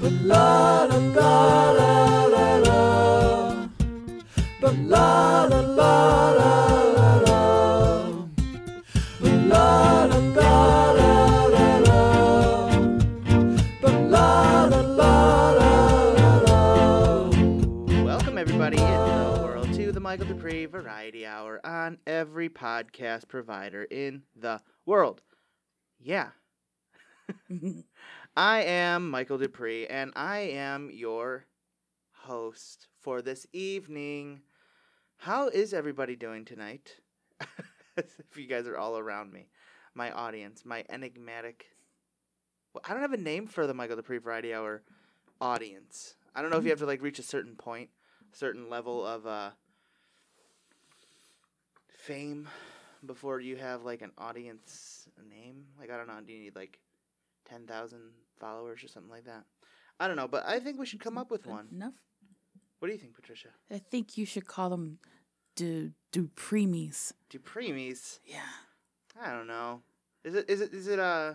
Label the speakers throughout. Speaker 1: la la la la la la. But la la la la la la. But la la la la la la. But la la la la la la.
Speaker 2: Welcome, everybody, in the world to the Michael Dupree Variety Hour on every podcast provider in the world. Yeah. I am Michael Dupree, and I am your host for this evening. How is everybody doing tonight? if you guys are all around me, my audience, my enigmatic. Well, I don't have a name for the Michael Dupree Variety Hour audience. I don't know if you have to like reach a certain point, certain level of uh, fame before you have like an audience name. Like I don't know, do you need like ten thousand followers or something like that? I don't know, but I think we should come up with one.
Speaker 3: Enough.
Speaker 2: What do you think, Patricia?
Speaker 3: I think you should call them du Dupremies.
Speaker 2: Dupremies.
Speaker 3: Yeah.
Speaker 2: I don't know. Is it is it is it uh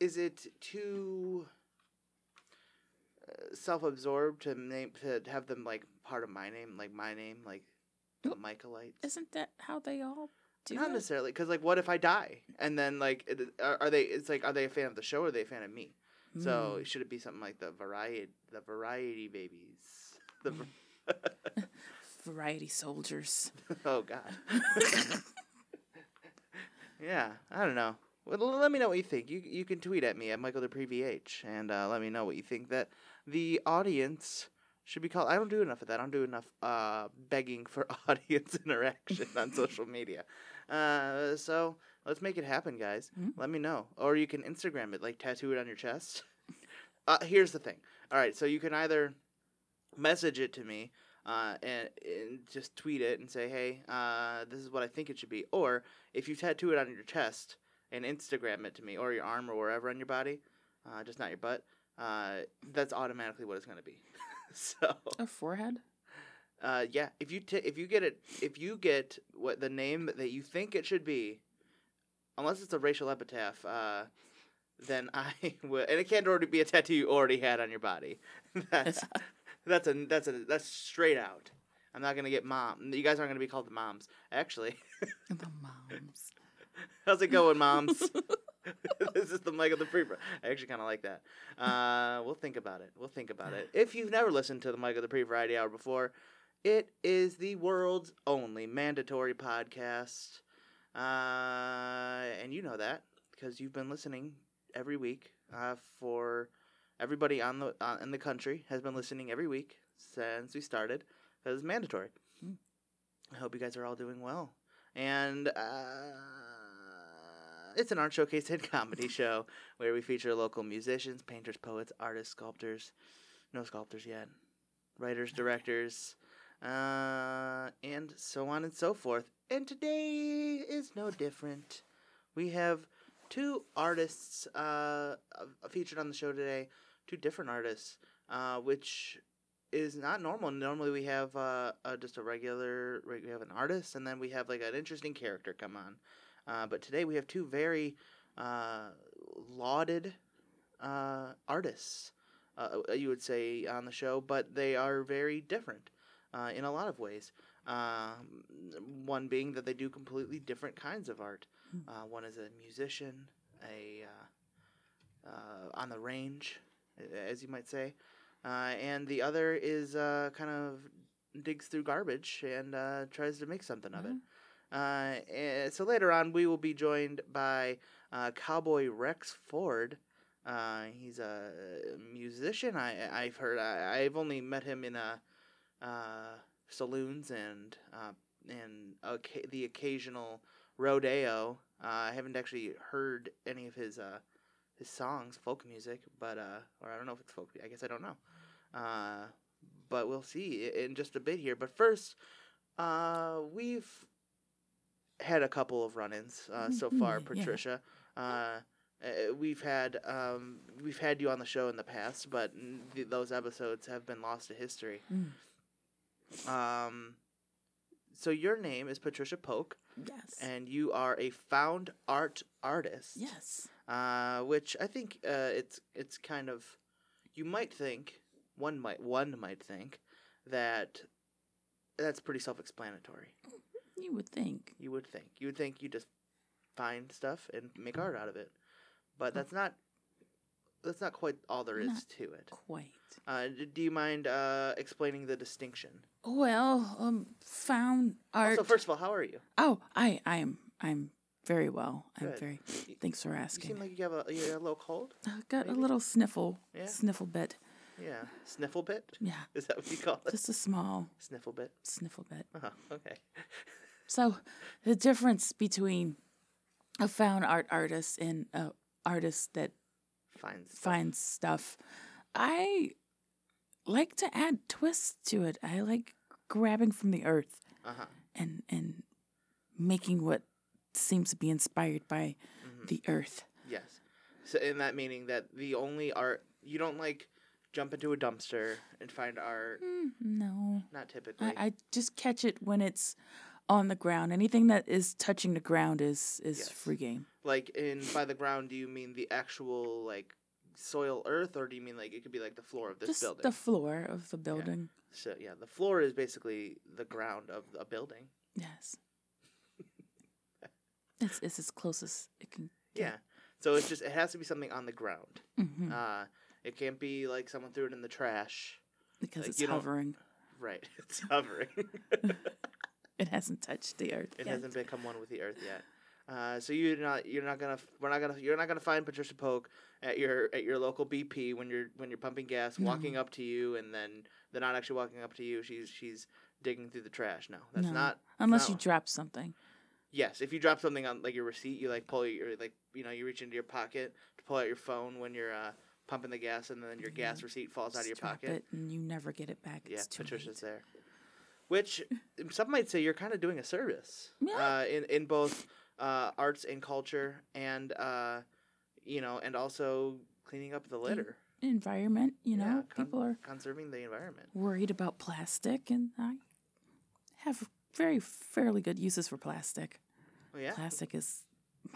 Speaker 2: is it too uh, self-absorbed to name to have them like part of my name, like my name, like the
Speaker 3: Nope.
Speaker 2: Michaelites?
Speaker 3: Isn't that how they all do
Speaker 2: Not
Speaker 3: it?
Speaker 2: necessarily, because like, what if I die? And then like, it, are, are they? It's like, are they a fan of the show or are they a fan of me? So
Speaker 3: Mm.
Speaker 2: should it be something like the variety, the variety babies? The var-
Speaker 3: variety soldiers.
Speaker 2: oh god. Yeah, I don't know. Well, l- let me know what you think. You you can tweet at me at Michael the VH and uh, let me know what you think that the audience should be called. I don't do enough of that. I don't do enough uh, begging for audience interaction on social media. Uh, so let's make it happen, guys.
Speaker 3: Mm.
Speaker 2: Let me know, or you can Instagram it, like tattoo it on your chest. uh, here's the thing. All right, so you can either message it to me uh, and, and just tweet it and say, hey, uh, this is what I think it should be, or if you tattoo it on your chest and Instagram it to me or your arm or wherever on your body, uh, just not your butt, uh, that's automatically what it's going to be. so,
Speaker 3: A forehead?
Speaker 2: uh, yeah, if you t- if you get it, if you get what the name that you think it should be, unless it's a racial epitaph, uh, then I will, and it can't already be a tattoo you already had on your body. that's that's a that's a that's straight out. I'm not gonna get mom. You guys aren't gonna be called the moms. Actually,
Speaker 3: The moms.
Speaker 2: How's it going, moms? this is the Michael the Pre. I actually kind of like that. Uh, we'll think about it. We'll think about it. If you've never listened to the Michael the Pre Variety Hour before, it is the world's only mandatory podcast, uh, and you know that because you've been listening every week. Uh, for everybody on the uh, in the country has been listening every week since we started. That is mandatory.
Speaker 3: Mm.
Speaker 2: I hope you guys are all doing well and uh, it's an art showcase and comedy show where we feature local musicians, painters, poets, artists, sculptors, no sculptors yet, writers, directors, uh, and so on and so forth. And today is no different. We have two artists uh, uh, featured on the show today, two different artists, uh, which is not normal. Normally we have uh, uh, just a regular, we have an artist, and then we have like an interesting character come on. Uh, but today we have two very uh, lauded uh, artists, uh, uh, you would say, on the show, but they are very different uh, in a lot of ways. Um, one being that they do completely different kinds of art.
Speaker 3: Hmm.
Speaker 2: Uh, one is a musician, a uh, uh, on the range, a- as you might say, uh, and the other is uh, kind of digs through garbage and uh, tries to make something of it. Uh, eh, so later on, we will be joined by uh, Cowboy Rex Ford. Uh, he's a musician. I I've heard. I, I've only met him in uh uh, saloons and uh, and oca- the occasional rodeo. Uh, I haven't actually heard any of his uh, his songs, folk music, but uh, or I don't know if it's folk. I guess I don't know. Uh, but we'll see i- in just a bit here. But first, uh, we've had a couple of run-ins uh, so far,
Speaker 3: Yeah.
Speaker 2: Patricia. Uh, uh, we've had um, we've had you on the show in the past, but n- th- those episodes have been lost to history.
Speaker 3: Mm.
Speaker 2: Um, so your name is Patricia Polk,
Speaker 3: Yes.
Speaker 2: and you are a found art artist.
Speaker 3: yes.
Speaker 2: Uh, which I think uh, it's it's kind of You might think one might one might think that that's pretty self-explanatory.
Speaker 3: You would think.
Speaker 2: You would think. You would think you just find stuff and make art out of it, but that's not. That's not quite all there is
Speaker 3: Hmm. Not
Speaker 2: to it.
Speaker 3: Quite.
Speaker 2: Uh, d- do you mind uh, explaining the distinction?
Speaker 3: Well, um, found art.
Speaker 2: So first of all, how are you?
Speaker 3: oh, I, I am, I'm very well. I'm
Speaker 2: Good.
Speaker 3: very. Thanks for
Speaker 2: You
Speaker 3: asking.
Speaker 2: seem like you have a you got a little cold.
Speaker 3: I got
Speaker 2: maybe-
Speaker 3: a little sniffle,
Speaker 2: Yeah.
Speaker 3: sniffle bit.
Speaker 2: Yeah, sniffle bit.
Speaker 3: Yeah,
Speaker 2: Is that what you call it?
Speaker 3: just a small
Speaker 2: Sniffle bit.
Speaker 3: sniffle bit.
Speaker 2: Uh-huh. Okay.
Speaker 3: So, the difference between a found art artist and a artist that
Speaker 2: Fine.
Speaker 3: finds stuff, I like to add twists to it. I like grabbing from the earth
Speaker 2: Uh huh.
Speaker 3: and and making what seems to be inspired by the earth.
Speaker 2: Mm-hmm. Yes. So in that meaning that the only art you don't like jump into a dumpster and find art.
Speaker 3: Mm, no,
Speaker 2: Not typically.
Speaker 3: I, I just catch it when it's on the ground. Anything that is touching the ground is is
Speaker 2: Yes.
Speaker 3: free game.
Speaker 2: Like in by the ground, do you mean the actual like soil earth, or do you mean like it could be like the floor of this
Speaker 3: just
Speaker 2: building?
Speaker 3: the floor of the building.
Speaker 2: so yeah, the floor is basically the ground of a building.
Speaker 3: Yes. it's, it's as close as it can.
Speaker 2: Yeah.
Speaker 3: Yeah.
Speaker 2: So it's just it has to be something on the ground.
Speaker 3: mhm,
Speaker 2: Uh, it can't be like someone threw it in the trash.
Speaker 3: because
Speaker 2: like,
Speaker 3: it's
Speaker 2: you don't-
Speaker 3: hovering.
Speaker 2: Right. It's hovering.
Speaker 3: It hasn't touched the earth.
Speaker 2: It
Speaker 3: yet.
Speaker 2: hasn't become one with the earth yet. Uh, so you're not you're not gonna we're not gonna you're not gonna find Patricia Polk at your at your local BP when you're when you're pumping gas walking up to you and then they're not actually walking up to you she's she's digging through the trash no that's
Speaker 3: No.
Speaker 2: not
Speaker 3: Unless
Speaker 2: not
Speaker 3: you
Speaker 2: one.
Speaker 3: drop something.
Speaker 2: yes if you drop something on like your receipt you like pull your like you know you reach into your pocket to pull out your phone when you're uh, pumping the gas and then your gas receipt falls out of your
Speaker 3: Just drop
Speaker 2: pocket
Speaker 3: it and you never get it back.
Speaker 2: yeah,
Speaker 3: it's too
Speaker 2: Patricia's
Speaker 3: late.
Speaker 2: there. Which some might say you're kind of doing a service
Speaker 3: Yeah.
Speaker 2: uh, in in both uh, arts and culture, and uh, you know, and also cleaning up the litter.
Speaker 3: Environment, you know,
Speaker 2: Yeah, con-
Speaker 3: people are
Speaker 2: conserving the environment.
Speaker 3: worried about plastic, and I have very fairly good uses for plastic.
Speaker 2: Well, Oh, yeah,
Speaker 3: Plastic is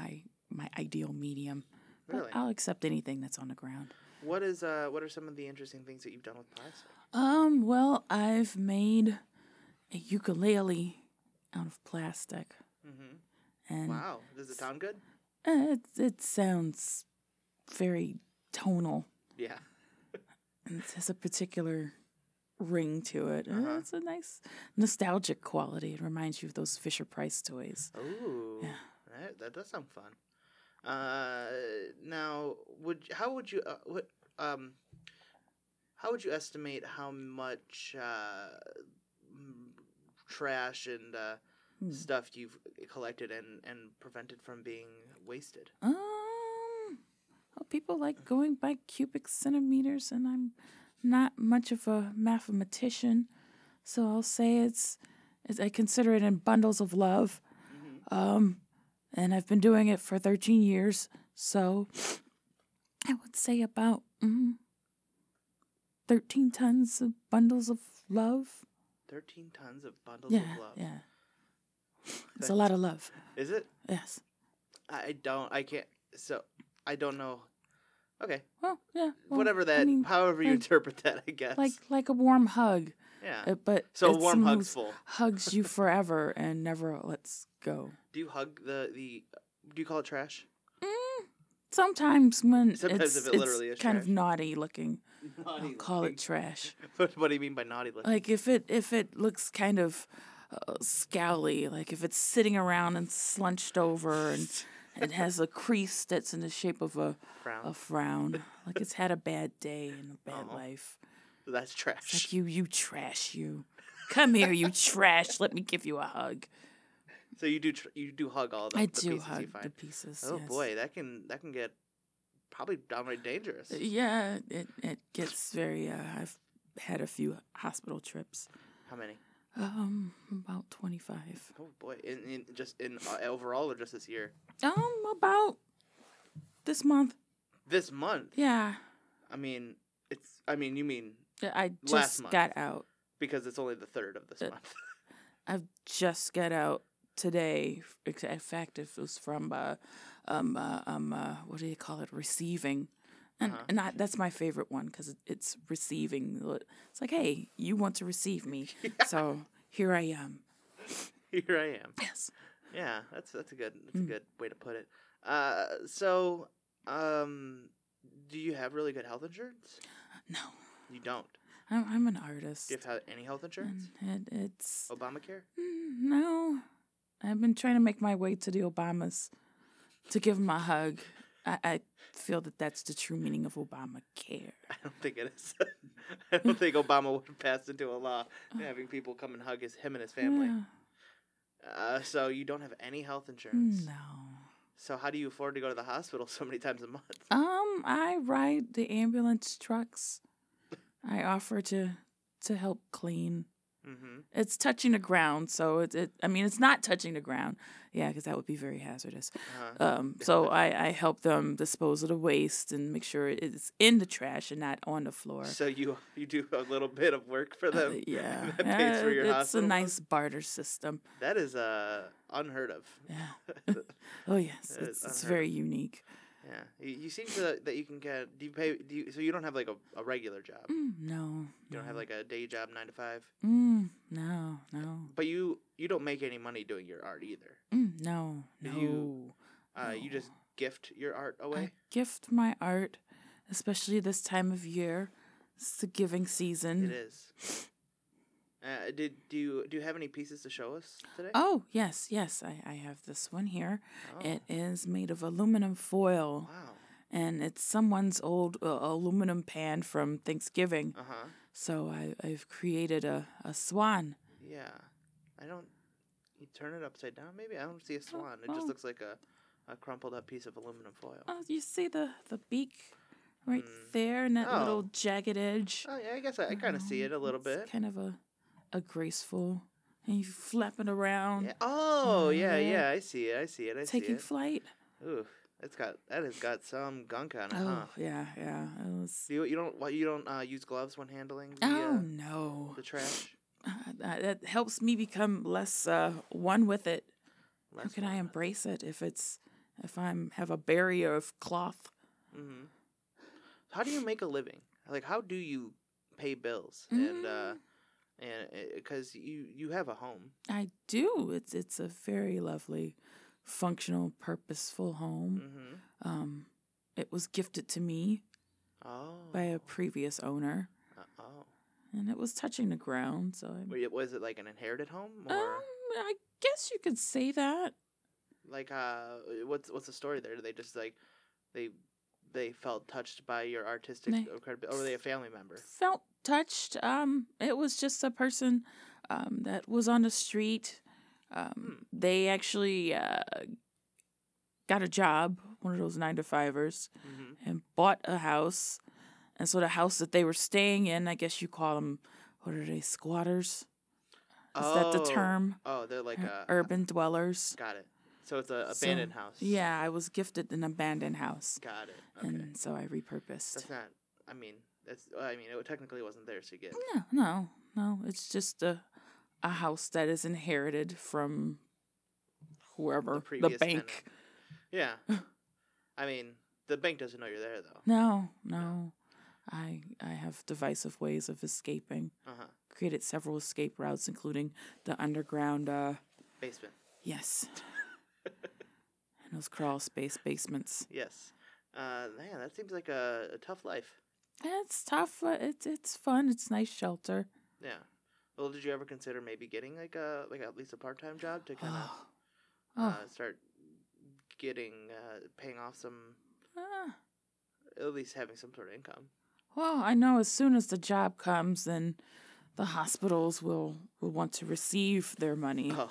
Speaker 3: my my ideal medium. But
Speaker 2: Really?
Speaker 3: I'll accept anything that's on the ground.
Speaker 2: what is uh, what are some of the interesting things that you've done with plastic?
Speaker 3: Um, well, I've made a ukulele out of plastic.
Speaker 2: Mm-hmm.
Speaker 3: And
Speaker 2: Wow, does it sound good?
Speaker 3: uh, it, it sounds very tonal.
Speaker 2: Yeah,
Speaker 3: And it has a particular ring to it. Uh,
Speaker 2: Uh-huh.
Speaker 3: It's a nice nostalgic quality. It reminds you of those Fisher Price toys.
Speaker 2: Ooh,
Speaker 3: Yeah.
Speaker 2: that, that does sound fun. Uh, now, would how would you uh, what um, how would you estimate how much uh, m- trash and uh,
Speaker 3: Hmm.
Speaker 2: stuff you've collected and and prevented from being wasted?
Speaker 3: Um, well, people like going by cubic centimeters, and I'm not much of a mathematician, so I'll say it's, it's I consider it in bundles of love.
Speaker 2: Mm-hmm.
Speaker 3: Um, and I've been doing it for 13 years, so I would say about mm, 13 tons of bundles of love.
Speaker 2: Thirteen tons of bundles
Speaker 3: Yeah,
Speaker 2: of love.
Speaker 3: yeah. It's a lot of love.
Speaker 2: Is it?
Speaker 3: Yes.
Speaker 2: I I don't. I can't. So I don't know. Okay,
Speaker 3: Well, yeah. well,
Speaker 2: whatever
Speaker 3: I
Speaker 2: that.
Speaker 3: mean,
Speaker 2: however you
Speaker 3: like-
Speaker 2: interpret that, I guess.
Speaker 3: like like a warm hug.
Speaker 2: yeah.
Speaker 3: Uh, but
Speaker 2: so
Speaker 3: it's
Speaker 2: warm
Speaker 3: someone
Speaker 2: hugs
Speaker 3: who's-
Speaker 2: full.
Speaker 3: hugs you forever and never lets go.
Speaker 2: Do you hug the the? Do you call it trash?
Speaker 3: Sometimes when
Speaker 2: Sometimes
Speaker 3: it's,
Speaker 2: if it
Speaker 3: it's
Speaker 2: literally is
Speaker 3: kind of
Speaker 2: trash.
Speaker 3: naughty looking, I'll call it trash.
Speaker 2: What, what do you mean by naughty looking?
Speaker 3: Like if it if it looks kind of uh, scowly, like if it's sitting around and slunched over and it has a crease that's in the shape Uh, of a
Speaker 2: Frown.
Speaker 3: a frown, like it's had a bad day and a bad
Speaker 2: Aw.
Speaker 3: life.
Speaker 2: That's trash.
Speaker 3: Like you you trash you. Come here, you trash. Let me give you a hug.
Speaker 2: so you do tr- you do hug all the,
Speaker 3: I
Speaker 2: the
Speaker 3: do
Speaker 2: pieces you
Speaker 3: hug the
Speaker 2: find.
Speaker 3: pieces.
Speaker 2: oh
Speaker 3: yes.
Speaker 2: boy, that can that can get probably downright dangerous.
Speaker 3: Uh, Yeah, it it gets very. Uh, I've had a few hospital trips.
Speaker 2: How many?
Speaker 3: Um, about twenty five.
Speaker 2: Oh boy, in, in just in uh, overall or just this year?
Speaker 3: Um, about this month.
Speaker 2: This month?
Speaker 3: Yeah,
Speaker 2: I mean, it's I mean you mean
Speaker 3: I just
Speaker 2: Last month.
Speaker 3: got out.
Speaker 2: because it's only the third of this
Speaker 3: Uh,
Speaker 2: month.
Speaker 3: I've just got out today. Ex- In fact, it was from uh, um, uh, um, uh, what do you call it? Receiving. And,
Speaker 2: Uh-huh.
Speaker 3: and I, that's my favorite one because it's receiving. the- It's like, hey, you want to receive me. So here I am.
Speaker 2: Here I am.
Speaker 3: Yes.
Speaker 2: Yeah, that's that's a good that's a
Speaker 3: Mm.
Speaker 2: good way to put it. Uh, so, um, do you have really good health insurance?
Speaker 3: No,
Speaker 2: You don't.
Speaker 3: I'm, I'm an artist.
Speaker 2: Do you have any
Speaker 3: Mm.
Speaker 2: health insurance?
Speaker 3: And it, it's
Speaker 2: Obamacare?
Speaker 3: mm, no. I've been trying to make my way to the Obamas to give them a hug. I, I feel that that's the true meaning of Obamacare.
Speaker 2: I don't think it is. I don't think Obama would have passed into a law having people come and hug his him and his family.
Speaker 3: Yeah.
Speaker 2: Uh, so you don't have any health insurance.
Speaker 3: Mm. No.
Speaker 2: So how do you afford to go to the hospital so many times a month?
Speaker 3: Um, I ride the ambulance trucks. I offer to to help clean.
Speaker 2: hmm
Speaker 3: It's touching the ground, so it, it I mean it's not touching the ground. Yeah, because that would be very hazardous.
Speaker 2: Uh-huh.
Speaker 3: Um, so I I help them dispose of the waste and make sure it's in the trash and not on the floor.
Speaker 2: So you you do a little bit of work for
Speaker 3: Uh,
Speaker 2: them.
Speaker 3: yeah,
Speaker 2: that pays for
Speaker 3: Uh,
Speaker 2: your
Speaker 3: it's
Speaker 2: hospital
Speaker 3: a
Speaker 2: bill?
Speaker 3: nice barter system.
Speaker 2: That is uh unheard of.
Speaker 3: Yeah. oh yes,
Speaker 2: That is
Speaker 3: it's, it's
Speaker 2: unheard of.
Speaker 3: very unique.
Speaker 2: Yeah, you, you seem to that you can get. Do you pay? Do you, so you don't have like a, a regular job. You
Speaker 3: Mm, no,
Speaker 2: don't have like a day job, nine to five.
Speaker 3: mm, no, no,
Speaker 2: But you you don't make any money doing your art either.
Speaker 3: mm, no, no.
Speaker 2: Do you- Uh, you just gift your art away.
Speaker 3: I gift my art, especially this time of year. It's the giving season.
Speaker 2: It is. Uh, did do you do you have any pieces to show us today?
Speaker 3: Oh, yes, yes. I, I have this one here.
Speaker 2: Oh,
Speaker 3: It is made of aluminum foil,
Speaker 2: Wow.
Speaker 3: and it's someone's old uh, aluminum pan from Thanksgiving.
Speaker 2: Uh huh.
Speaker 3: So I, I've created a, a swan.
Speaker 2: Yeah. I don't. You turn it upside down. Maybe I don't see a swan. It
Speaker 3: oh.
Speaker 2: just looks like a, a crumpled up piece of aluminum foil.
Speaker 3: Oh, you see the, the beak right
Speaker 2: Hmm.
Speaker 3: there and that
Speaker 2: Oh.
Speaker 3: little jagged edge?
Speaker 2: Oh yeah, I guess I, I kind of see it a little bit.
Speaker 3: It's kind of a, a graceful, and you flap it around,
Speaker 2: Yeah. Oh yeah,
Speaker 3: Yeah.
Speaker 2: yeah. I see it. I see it. I see
Speaker 3: taking
Speaker 2: it.
Speaker 3: flight.
Speaker 2: Ooh, it's got that has got some gunk on it, huh?
Speaker 3: Oh, yeah, yeah. It was
Speaker 2: Do you, you don't why you don't uh, use gloves when handling the,
Speaker 3: Oh
Speaker 2: uh,
Speaker 3: no,
Speaker 2: the trash?
Speaker 3: Uh, that that helps me become less uh, one with it. How
Speaker 2: Less
Speaker 3: can I
Speaker 2: one.
Speaker 3: embrace it if it's if I'm have a barrier of cloth?
Speaker 2: Mhm. How do you make a living? Like, how do you pay bills and uh,
Speaker 3: Mm.
Speaker 2: and because you you have a home,
Speaker 3: I do. It's it's a very lovely, functional, purposeful home.
Speaker 2: mm-hmm.
Speaker 3: Um, it was gifted to me
Speaker 2: oh,
Speaker 3: by a previous owner,
Speaker 2: uh, oh,
Speaker 3: and it was touching the ground. So I,
Speaker 2: Wait, was it like an inherited home or
Speaker 3: um, I guess you could say that.
Speaker 2: like uh, what's what's the story there? Do they just like they they felt touched by your artistic
Speaker 3: They-
Speaker 2: credibility, or were they a family member?
Speaker 3: felt touched. Um, it was just a person um, that was on the street. Um, They actually uh, got a job, one of those nine to fivers,
Speaker 2: Mm-hmm.
Speaker 3: and bought a house. And so the house that they were staying in, I guess you call them, what are they, squatters? Is that the term?
Speaker 2: Oh, they're like
Speaker 3: Ur-
Speaker 2: a
Speaker 3: Urban dwellers.
Speaker 2: Got it. So it's a
Speaker 3: So,
Speaker 2: abandoned house.
Speaker 3: Yeah, I was gifted an abandoned house.
Speaker 2: Got it. Okay.
Speaker 3: And so I repurposed.
Speaker 2: That's not. I mean, that's. I mean, it technically wasn't theirs to get.
Speaker 3: No, no, no. It's just a a house that is inherited from whoever the,
Speaker 2: previous tenant.
Speaker 3: bank.
Speaker 2: Yeah. I mean, the bank doesn't know you're there though.
Speaker 3: No, no. I I have divisive ways of escaping.
Speaker 2: Uh huh.
Speaker 3: Created several escape routes, including the underground. uh
Speaker 2: Basement.
Speaker 3: Yes. and those crawl space basements.
Speaker 2: Yes. Uh, man, that seems like a, a tough life.
Speaker 3: It's tough. But it's it's fun. It's nice shelter.
Speaker 2: Yeah. Well, did you ever consider maybe getting like a like at least a part time job to kind of
Speaker 3: Oh, oh,
Speaker 2: uh, start getting uh, paying off some
Speaker 3: ah.
Speaker 2: at least having some sort of income?
Speaker 3: Well, I know as soon as the job comes, then the hospitals will, will want to receive their money.
Speaker 2: Oh.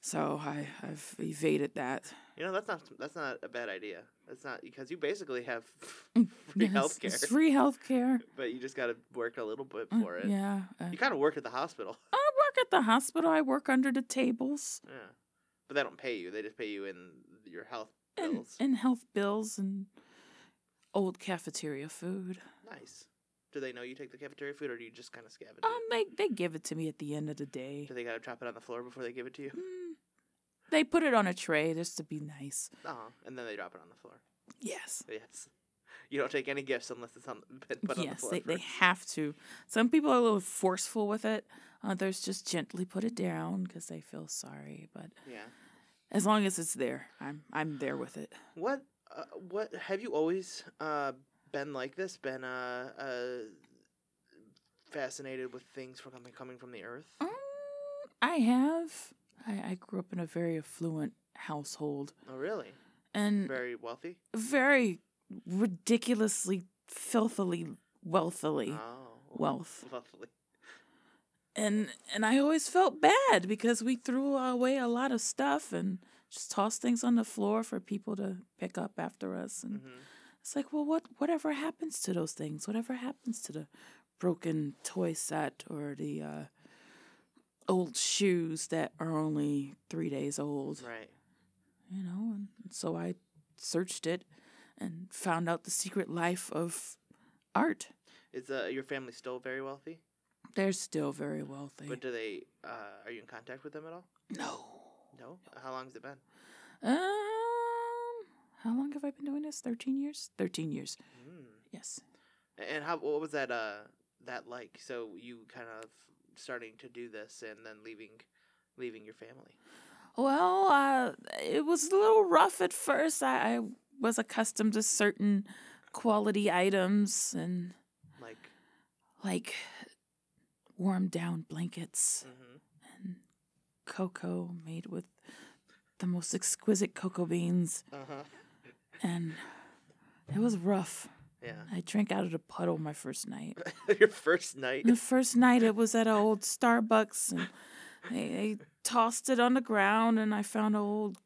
Speaker 3: So I, I've evaded that.
Speaker 2: You know that's not that's not a bad idea. That's not because you basically have free
Speaker 3: Mm, Yes, It's
Speaker 2: healthcare,
Speaker 3: free healthcare.
Speaker 2: but you just got to work a little bit
Speaker 3: Uh,
Speaker 2: for it.
Speaker 3: Yeah. uh,
Speaker 2: You kind of work at the hospital,
Speaker 3: I work at the hospital. I work under the tables
Speaker 2: yeah. But they don't pay you; they just pay you in your health
Speaker 3: and,
Speaker 2: bills.
Speaker 3: and health bills and old cafeteria food.
Speaker 2: nice. Do they know you take the cafeteria food, or do you just kind of scavenge
Speaker 3: Um,
Speaker 2: it?
Speaker 3: they, they give it to me at the end of the day.
Speaker 2: Do they got to drop it on the floor before they give it to you?
Speaker 3: Mm, they put it on a tray just to be nice.
Speaker 2: Uh-huh. and then they drop it on the floor.
Speaker 3: Yes.
Speaker 2: Yes, You don't take any gifts unless it's on the, put on the
Speaker 3: yes,
Speaker 2: floor.
Speaker 3: they, they
Speaker 2: first.
Speaker 3: have to. Some people are a little forceful with it. Others just gently put it down because they feel sorry. But
Speaker 2: yeah.
Speaker 3: as long as it's there, I'm I'm there with it.
Speaker 2: What uh, what have you always uh, been like this? Been uh, uh, fascinated with things from coming coming from the earth?
Speaker 3: Um, I have. I, I grew up in a very affluent household
Speaker 2: Oh, really?
Speaker 3: and
Speaker 2: Very wealthy.
Speaker 3: very ridiculously, filthily, wealthily.
Speaker 2: Oh,
Speaker 3: wealth.
Speaker 2: Wealthy.
Speaker 3: and and I always felt bad because we threw away a lot of stuff and just tossed things on the floor for people to pick up after us. And
Speaker 2: hmm
Speaker 3: it's like, well, what whatever happens to those things? Whatever happens to the broken toy set or the uh, old shoes that are only three days old?
Speaker 2: Right.
Speaker 3: You know. And so I searched it and found out the secret life of art.
Speaker 2: Is uh, your family still very wealthy?
Speaker 3: They're still very wealthy.
Speaker 2: But do they? Uh, are you in contact with them at all?
Speaker 3: no.
Speaker 2: No. How long has it been?
Speaker 3: Um, how long have I been doing this? Thirteen years. Thirteen years.
Speaker 2: Mm.
Speaker 3: Yes.
Speaker 2: And how? What was that? Uh, that like? So you kind of starting to do this and then leaving, leaving your family.
Speaker 3: Well, uh, it was a little rough at first. I, I was accustomed to certain quality items and
Speaker 2: Like.
Speaker 3: like warm down blankets
Speaker 2: hmm
Speaker 3: and cocoa made with the most exquisite cocoa beans,
Speaker 2: Uh huh.
Speaker 3: and it was rough.
Speaker 2: Yeah.
Speaker 3: I drank out of the puddle my first night.
Speaker 2: your first night.
Speaker 3: The first night it was at an old Starbucks and they, they tossed it on the ground and I found an old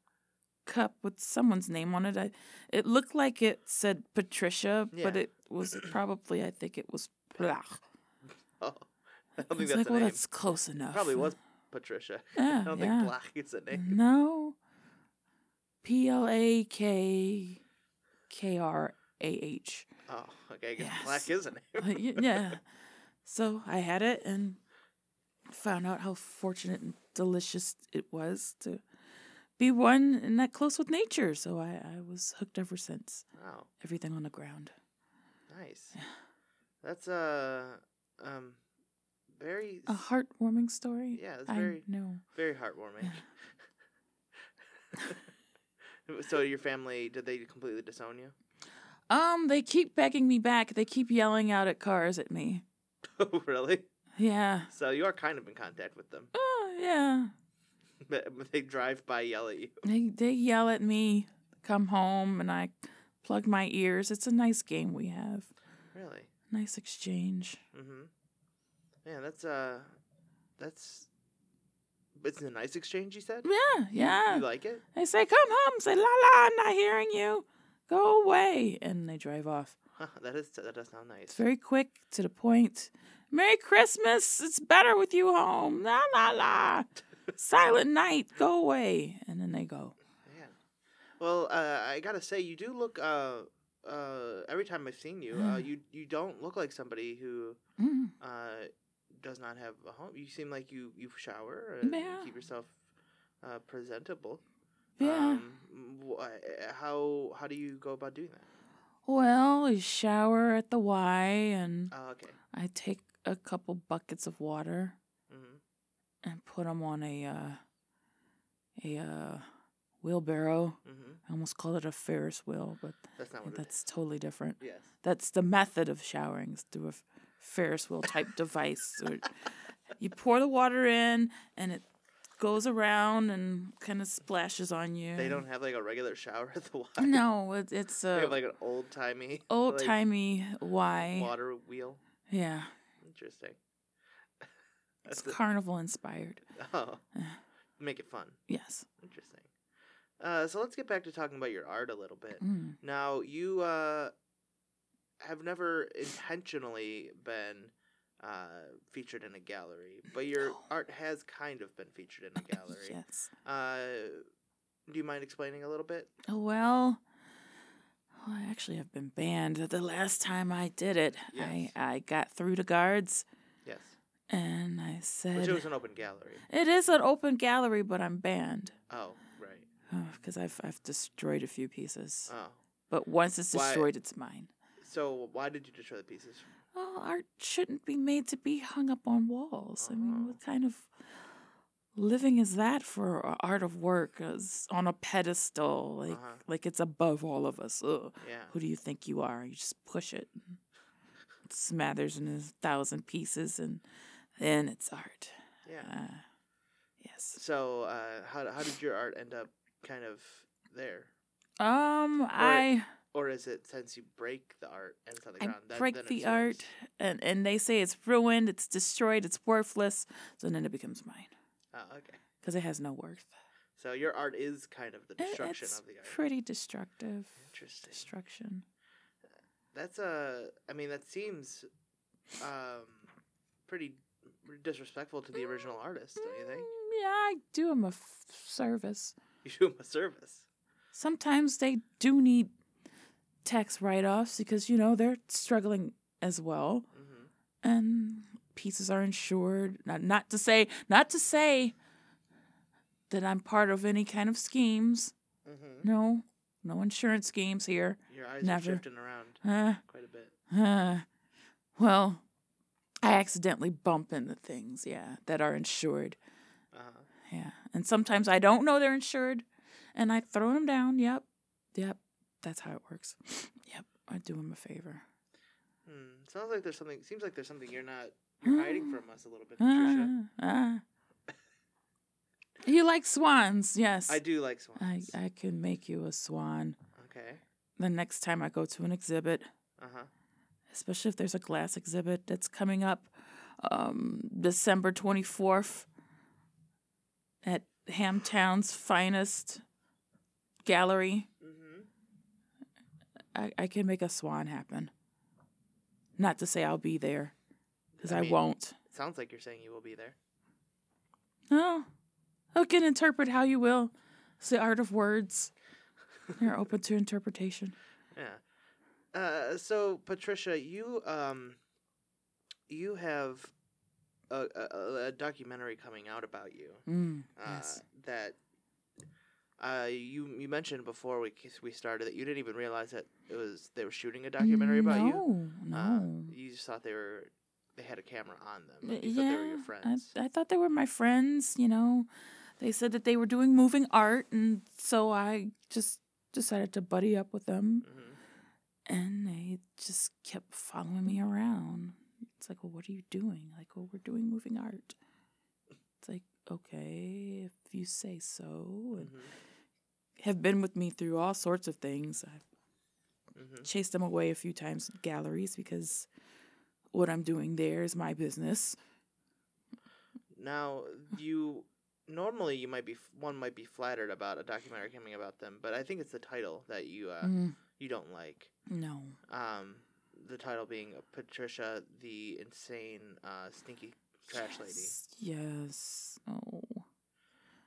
Speaker 3: cup with someone's name on it. I, it looked like it said Patricia, but
Speaker 2: Yeah.
Speaker 3: it was probably I think it was Plach.
Speaker 2: Oh,
Speaker 3: I
Speaker 2: I don't think
Speaker 3: was
Speaker 2: that's
Speaker 3: like,
Speaker 2: a
Speaker 3: well,
Speaker 2: name.
Speaker 3: that's close enough.
Speaker 2: Probably was Patricia.
Speaker 3: Yeah,
Speaker 2: I don't
Speaker 3: yeah.
Speaker 2: think Black is a name.
Speaker 3: No. P L A K K R A H.
Speaker 2: Oh, okay. I
Speaker 3: Mm-hmm.
Speaker 2: guess
Speaker 3: Yes.
Speaker 2: Black is a name.
Speaker 3: Like, y- yeah. So I had it and found out how fortunate and delicious it was to be one and that close with nature. So I, I was hooked ever since.
Speaker 2: Oh,
Speaker 3: Everything on the ground.
Speaker 2: nice. That's uh um very
Speaker 3: A heartwarming story.
Speaker 2: Yeah, it's
Speaker 3: Oh, I
Speaker 2: very-
Speaker 3: know.
Speaker 2: very heartwarming. so your family did they completely disown you?
Speaker 3: Um, they keep begging me back. They keep yelling out at cars at me.
Speaker 2: Oh, really?
Speaker 3: Yeah.
Speaker 2: So you are kind of in contact with them,
Speaker 3: Oh yeah.
Speaker 2: but but they drive by, yell at you.
Speaker 3: They they yell at me. Come home and I plug my ears. It's a nice game we have.
Speaker 2: Really?
Speaker 3: Nice exchange.
Speaker 2: Mm-hmm. Yeah, that's uh, that's. It's a nice exchange. You said.
Speaker 3: Yeah, yeah.
Speaker 2: You like it?
Speaker 3: They say, "Come home." Say, "La la, I'm not hearing you. Go away." And they drive off.
Speaker 2: Huh, that is that does sound nice.
Speaker 3: It's very quick to the point. Merry Christmas. It's better with you home. La la la. Silent night. Go away. And then they go.
Speaker 2: Yeah. Well, uh, I gotta say, you do look. Uh, uh, every time I've seen you, uh, you you don't look like somebody who
Speaker 3: Mm.
Speaker 2: uh, does not have a home. You seem like you you shower and
Speaker 3: Yeah.
Speaker 2: keep yourself uh, presentable.
Speaker 3: Yeah.
Speaker 2: Um, wh- uh, how how do you go about doing that?
Speaker 3: well, I shower at the Y, and
Speaker 2: Oh, okay.
Speaker 3: I take a couple buckets of water
Speaker 2: hmm
Speaker 3: and put them on a uh, a uh, wheelbarrow.
Speaker 2: hmm
Speaker 3: I almost called it a Ferris wheel, but
Speaker 2: That's not what it
Speaker 3: that's totally different.
Speaker 2: is. Yes.
Speaker 3: That's the method of showering is through a f- Ferris wheel type device. Or you pour the water in and it goes around and kind of splashes on you.
Speaker 2: They don't have like a regular shower at the Y.
Speaker 3: No, it, it's
Speaker 2: They
Speaker 3: a
Speaker 2: have like an old timey
Speaker 3: old timey Y.
Speaker 2: water wheel.
Speaker 3: Yeah,
Speaker 2: Interesting.
Speaker 3: it's
Speaker 2: That's the-
Speaker 3: carnival inspired.
Speaker 2: Oh, make it fun.
Speaker 3: Yes.
Speaker 2: Interesting. Uh, so let's get back to talking about your art a little bit.
Speaker 3: Mm.
Speaker 2: Now, you uh, have never intentionally been uh, featured in a gallery, but your
Speaker 3: No.
Speaker 2: art has kind of been featured in a gallery.
Speaker 3: Yes.
Speaker 2: uh, do you mind explaining a little bit?
Speaker 3: Oh, well, oh, I actually have been banned. The last time I did it,
Speaker 2: Yes.
Speaker 3: I, I got through the guards
Speaker 2: Yes.
Speaker 3: and I said,
Speaker 2: Which it was an open gallery.
Speaker 3: It is an open gallery, but I'm banned.
Speaker 2: Oh, right.
Speaker 3: because I've I've destroyed a few pieces.
Speaker 2: Oh.
Speaker 3: But once it's
Speaker 2: Why-
Speaker 3: destroyed, it's mine.
Speaker 2: So why did you destroy the pieces?
Speaker 3: Well, art shouldn't be made to be hung up on walls. I mean,
Speaker 2: Uh-huh.
Speaker 3: what kind of living is that for a art of work is on a pedestal, like
Speaker 2: Uh-huh.
Speaker 3: like it's above all of us? Ugh.
Speaker 2: Yeah.
Speaker 3: Who do you think you are? You just push it, and it smathers in a thousand pieces, and then it's art.
Speaker 2: Yeah.
Speaker 3: Uh, yes.
Speaker 2: So uh, how how did your art end up kind of there?
Speaker 3: Um, I.
Speaker 2: Or is it since you break the art and it's on the
Speaker 3: I
Speaker 2: ground? that- then
Speaker 3: break
Speaker 2: it's
Speaker 3: the
Speaker 2: yours?
Speaker 3: art, and, and they say it's ruined, it's destroyed, it's worthless. So then it becomes mine
Speaker 2: Oh, okay.
Speaker 3: because it has no worth.
Speaker 2: So your art is kind of the
Speaker 3: It-
Speaker 2: destruction
Speaker 3: it's
Speaker 2: of the art.
Speaker 3: pretty destructive.
Speaker 2: Interesting.
Speaker 3: Destruction.
Speaker 2: That's a. I mean, that seems um, pretty disrespectful to the original artist, don't you
Speaker 3: Mm,
Speaker 2: think?
Speaker 3: yeah, I do them a f- service.
Speaker 2: You do him a service.
Speaker 3: Sometimes they do need tax write offs because, you know, they're struggling as well.
Speaker 2: hmm
Speaker 3: and pieces are insured. Not, not to say, not to say that I'm part of any kind of schemes.
Speaker 2: hmm
Speaker 3: No, no insurance schemes here.
Speaker 2: Your eyes
Speaker 3: Never.
Speaker 2: are shifting around
Speaker 3: Uh,
Speaker 2: quite a bit.
Speaker 3: uh, well, I accidentally bump into things, yeah, that are insured.
Speaker 2: Uh-huh.
Speaker 3: Yeah, and sometimes I don't know they're insured, and I throw them down. Yep, yep, that's how it works. Yep, I do them a favor.
Speaker 2: Hmm. Sounds like there's something. Seems like there's something you're not. You're hiding from us a little bit, Patricia.
Speaker 3: Ah, ah. You like swans, yes.
Speaker 2: I do like
Speaker 3: I,
Speaker 2: swans.
Speaker 3: I can make you a swan
Speaker 2: Okay.
Speaker 3: the next time I go to an exhibit,
Speaker 2: Uh huh.
Speaker 3: especially if there's a glass exhibit that's coming up um, December 24th at Hamtown's finest gallery.
Speaker 2: Mm-hmm.
Speaker 3: I, I can make a swan happen. Not to say I'll be there, because
Speaker 2: I
Speaker 3: I,
Speaker 2: mean-
Speaker 3: won't.
Speaker 2: Sounds like you're saying you will be there.
Speaker 3: No. I can interpret how you will. It's the art of words. You're open to interpretation.
Speaker 2: Yeah. Uh, so Patricia, you um, you have a, a, a documentary coming out about you.
Speaker 3: Mm,
Speaker 2: Uh,
Speaker 3: yes.
Speaker 2: That uh, you you mentioned before we kiss- we started that you didn't even realize that it was they were shooting a documentary about you.
Speaker 3: Mm, no,
Speaker 2: Uh,
Speaker 3: No.
Speaker 2: you just thought they were they had a camera on them.
Speaker 3: Uh,
Speaker 2: like You thought they were your friends.
Speaker 3: I, I thought they were my friends, you know. They said that they were doing moving art and so I just decided to buddy up with them
Speaker 2: hmm
Speaker 3: and they just kept following me around. It's like, "Well, what are you doing?" Like, "Well, we're doing moving art." It's like, "Okay, if you say so." And
Speaker 2: hmm
Speaker 3: have been with me through all sorts of things. I've
Speaker 2: hmm
Speaker 3: chased them away a few times at galleries because what I'm doing there is my business.
Speaker 2: Now you normally you might be f- one might be flattered about a documentary coming about them, but I think it's the title that you uh,
Speaker 3: Mm,
Speaker 2: you don't like.
Speaker 3: no.
Speaker 2: Um, the title being Patricia the insane uh, stinky trash lady,
Speaker 3: Yes. Yes. Oh.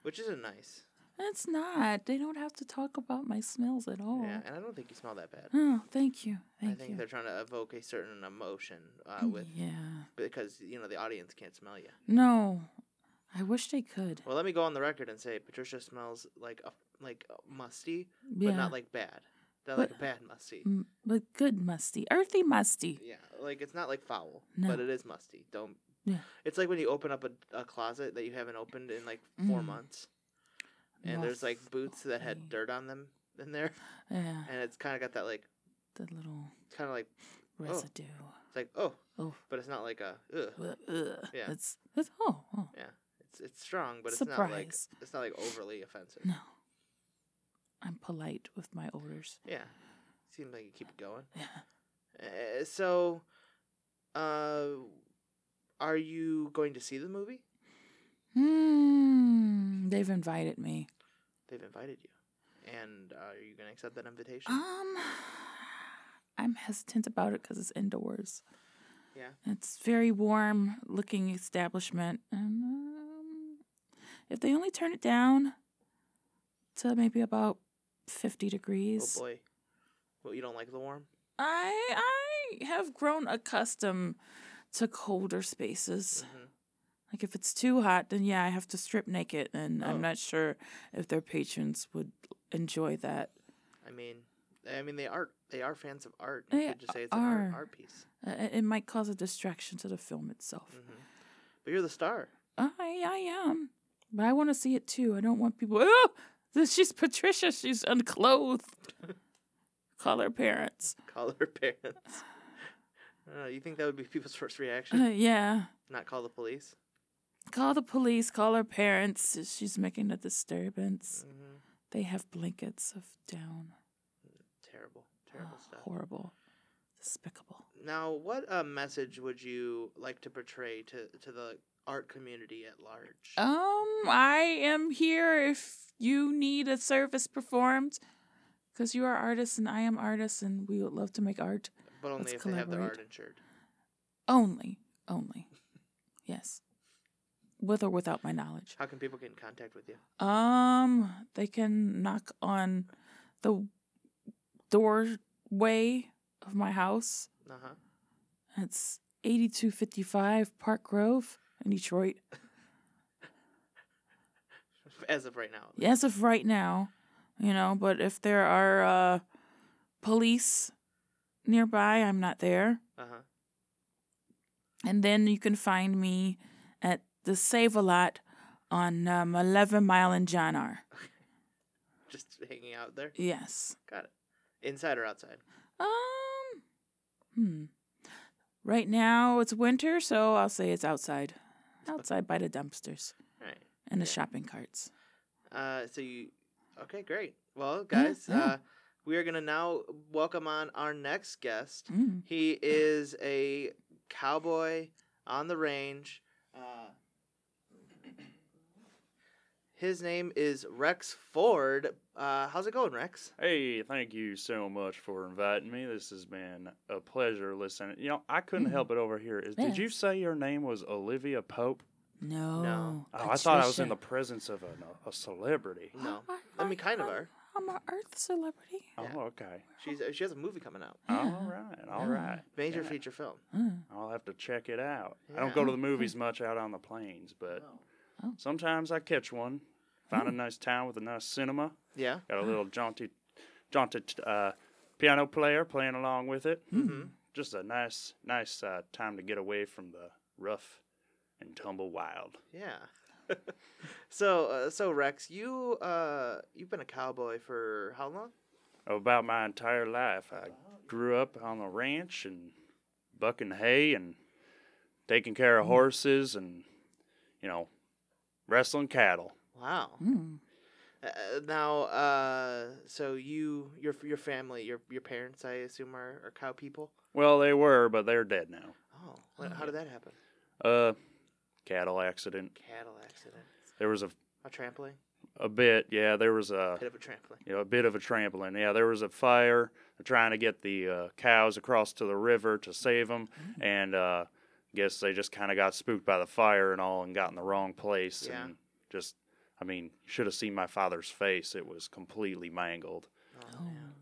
Speaker 2: which isn't nice.
Speaker 3: That's not. They don't have to talk about my smells at all.
Speaker 2: Yeah, and I don't think you smell that bad.
Speaker 3: Oh, thank you. Oh. Thank
Speaker 2: I think
Speaker 3: you. Mm,
Speaker 2: they're trying to evoke a certain emotion uh, with
Speaker 3: yeah.
Speaker 2: because you know the audience can't smell you.
Speaker 3: No. I wish they could.
Speaker 2: Well, let me go on the record and say Patricia smells like a like musty,
Speaker 3: yeah.
Speaker 2: but not like bad. Not like a bad musty.
Speaker 3: Mm, but good musty. Earthy musty.
Speaker 2: Yeah, like it's not like foul, but
Speaker 3: No.
Speaker 2: it is musty. Don't.
Speaker 3: Yeah.
Speaker 2: It's like when you open up a, a closet that you haven't opened in like four
Speaker 3: Mm.
Speaker 2: months, and there's like
Speaker 3: Rough.
Speaker 2: boots that had
Speaker 3: Okay.
Speaker 2: dirt on them in there,
Speaker 3: Yeah.
Speaker 2: and it's kind of got that like
Speaker 3: The little
Speaker 2: kind of like
Speaker 3: residue.
Speaker 2: it's like oh,
Speaker 3: Oh.
Speaker 2: but it's not like a ugh.
Speaker 3: Ugh, ugh.
Speaker 2: Yeah.
Speaker 3: It's, it's oh, oh.
Speaker 2: It's it's strong, but it's not like
Speaker 3: surprise.
Speaker 2: it's not like overly offensive.
Speaker 3: No. I'm polite with my odors.
Speaker 2: Yeah, seems like you keep it going.
Speaker 3: Yeah.
Speaker 2: Uh, so, uh, are you going to see the movie?
Speaker 3: Hmm. They've invited me.
Speaker 2: They've invited you, and uh, are you going to accept that invitation?
Speaker 3: Um, I'm hesitant about it because it's indoors.
Speaker 2: Yeah.
Speaker 3: It's very warm looking establishment, and um, if they only turn it down to maybe about fifty
Speaker 2: Oh
Speaker 3: degrees,
Speaker 2: boy. Well, you don't like the warm?
Speaker 3: I I have grown accustomed to colder spaces.
Speaker 2: Mm-hmm.
Speaker 3: Like if it's too hot, then yeah, I have to strip naked, and
Speaker 2: Oh.
Speaker 3: I'm not sure if their patrons would enjoy that.
Speaker 2: I mean, I mean they are They are fans of art. You
Speaker 3: They
Speaker 2: could just say it's an art,
Speaker 3: are.
Speaker 2: art piece. Mm-hmm.
Speaker 3: Uh, it it might cause a distraction to the film itself.
Speaker 2: But you're the star.
Speaker 3: I I am, but I want to see it too. I don't want people. Oh, this, she's Patricia. She's unclothed. Call her parents.
Speaker 2: Call her parents. Uh, you think that would be people's first reaction?
Speaker 3: Uh, yeah,
Speaker 2: Not call the police?
Speaker 3: call the police. Call her parents. She's making a disturbance.
Speaker 2: hmm
Speaker 3: They have blankets of down.
Speaker 2: Terrible, terrible
Speaker 3: Oh,
Speaker 2: stuff.
Speaker 3: horrible, despicable.
Speaker 2: Now, what uh, message would you like to portray to, to the art community at large?
Speaker 3: Um, I am here if you need a service performed, because you are artists and I am artists, and we would love to make art.
Speaker 2: but only
Speaker 3: let's
Speaker 2: if they have their
Speaker 3: collaborate.
Speaker 2: art insured.
Speaker 3: Only, only, yes, with or without my knowledge.
Speaker 2: How can people get in contact with you?
Speaker 3: Um, they can knock on the doorway of my house.
Speaker 2: Uh huh.
Speaker 3: It's eighty-two fifty-five Park Grove in Detroit.
Speaker 2: As of right now.
Speaker 3: as of right now, you know, but if there are uh, police nearby, I'm not there.
Speaker 2: Uh huh.
Speaker 3: And then you can find me at the Save a Lot on um, 11 Mile and John R.
Speaker 2: Just hanging out there.
Speaker 3: Yes.
Speaker 2: Got it. Inside or outside?
Speaker 3: Um, hmm. Right now it's winter, so I'll say it's outside. Outside by the dumpsters
Speaker 2: All right.
Speaker 3: and the
Speaker 2: Yeah.
Speaker 3: shopping carts.
Speaker 2: Uh, so you, okay, great. Well,
Speaker 3: Yeah,
Speaker 2: guys,
Speaker 3: yeah.
Speaker 2: Uh, we are gonna now welcome on our next guest.
Speaker 3: Mm.
Speaker 2: He is a cowboy on the range. Uh, his name is Rex Ford. Uh, how's it going, Rex?
Speaker 4: Hey, thank you so much for inviting me. This has been a pleasure listening. You know, I couldn't
Speaker 3: Mm.
Speaker 4: help it over here. Is, Did you
Speaker 3: Yes.
Speaker 4: say your name was Olivia Pope?
Speaker 3: No.
Speaker 4: Oh, I thought I was in the
Speaker 3: Patricia.
Speaker 4: presence of an, a celebrity.
Speaker 2: No,
Speaker 3: I-
Speaker 2: I mean, kind of
Speaker 3: I-
Speaker 2: are.
Speaker 3: I'm an Earth celebrity.
Speaker 2: Yeah.
Speaker 4: Oh, okay.
Speaker 2: She's uh, she has a movie coming out,
Speaker 4: All right, all
Speaker 3: Yeah.
Speaker 4: right.
Speaker 2: major
Speaker 4: Yeah.
Speaker 2: feature film.
Speaker 3: Mm.
Speaker 4: I'll have to check it out. I don't
Speaker 2: Yeah.
Speaker 4: go to the movies much out on the plains, but
Speaker 3: Oh.
Speaker 4: sometimes I catch one. Find a nice town with a nice cinema.
Speaker 2: Yeah.
Speaker 4: Got a little jaunty, jaunty uh, piano player playing along with it.
Speaker 2: Mm-hmm.
Speaker 4: just a nice, nice uh, time to get away from the rough and tumble wild.
Speaker 2: Yeah. so uh, so Rex, you uh you've been a cowboy for how long?
Speaker 4: About my entire life, I grew up on a ranch and bucking hay and taking care of horses and, you know, wrestling cattle.
Speaker 2: Wow.
Speaker 3: Mm.
Speaker 2: Uh, now, uh, so you, your your family, your your parents, I assume, are, are cow people.
Speaker 4: Well, they were, but they're dead now.
Speaker 2: Oh, what, how did that happen?
Speaker 4: Uh, cattle accident.
Speaker 2: Cattle accident,
Speaker 4: There was a
Speaker 2: a trampling,
Speaker 4: a bit, yeah. There was a
Speaker 2: bit of a trampling.
Speaker 4: you know, a bit of a trampling. Yeah, there was a fire. They're trying to get the uh, cows across to the river to save them, and uh, guess they just kind of got spooked by the fire and all, and got in the wrong place.
Speaker 2: Yeah.
Speaker 4: And just, I mean, you should have seen my father's face. It was completely mangled.
Speaker 2: Oh,
Speaker 3: Oh,
Speaker 2: man.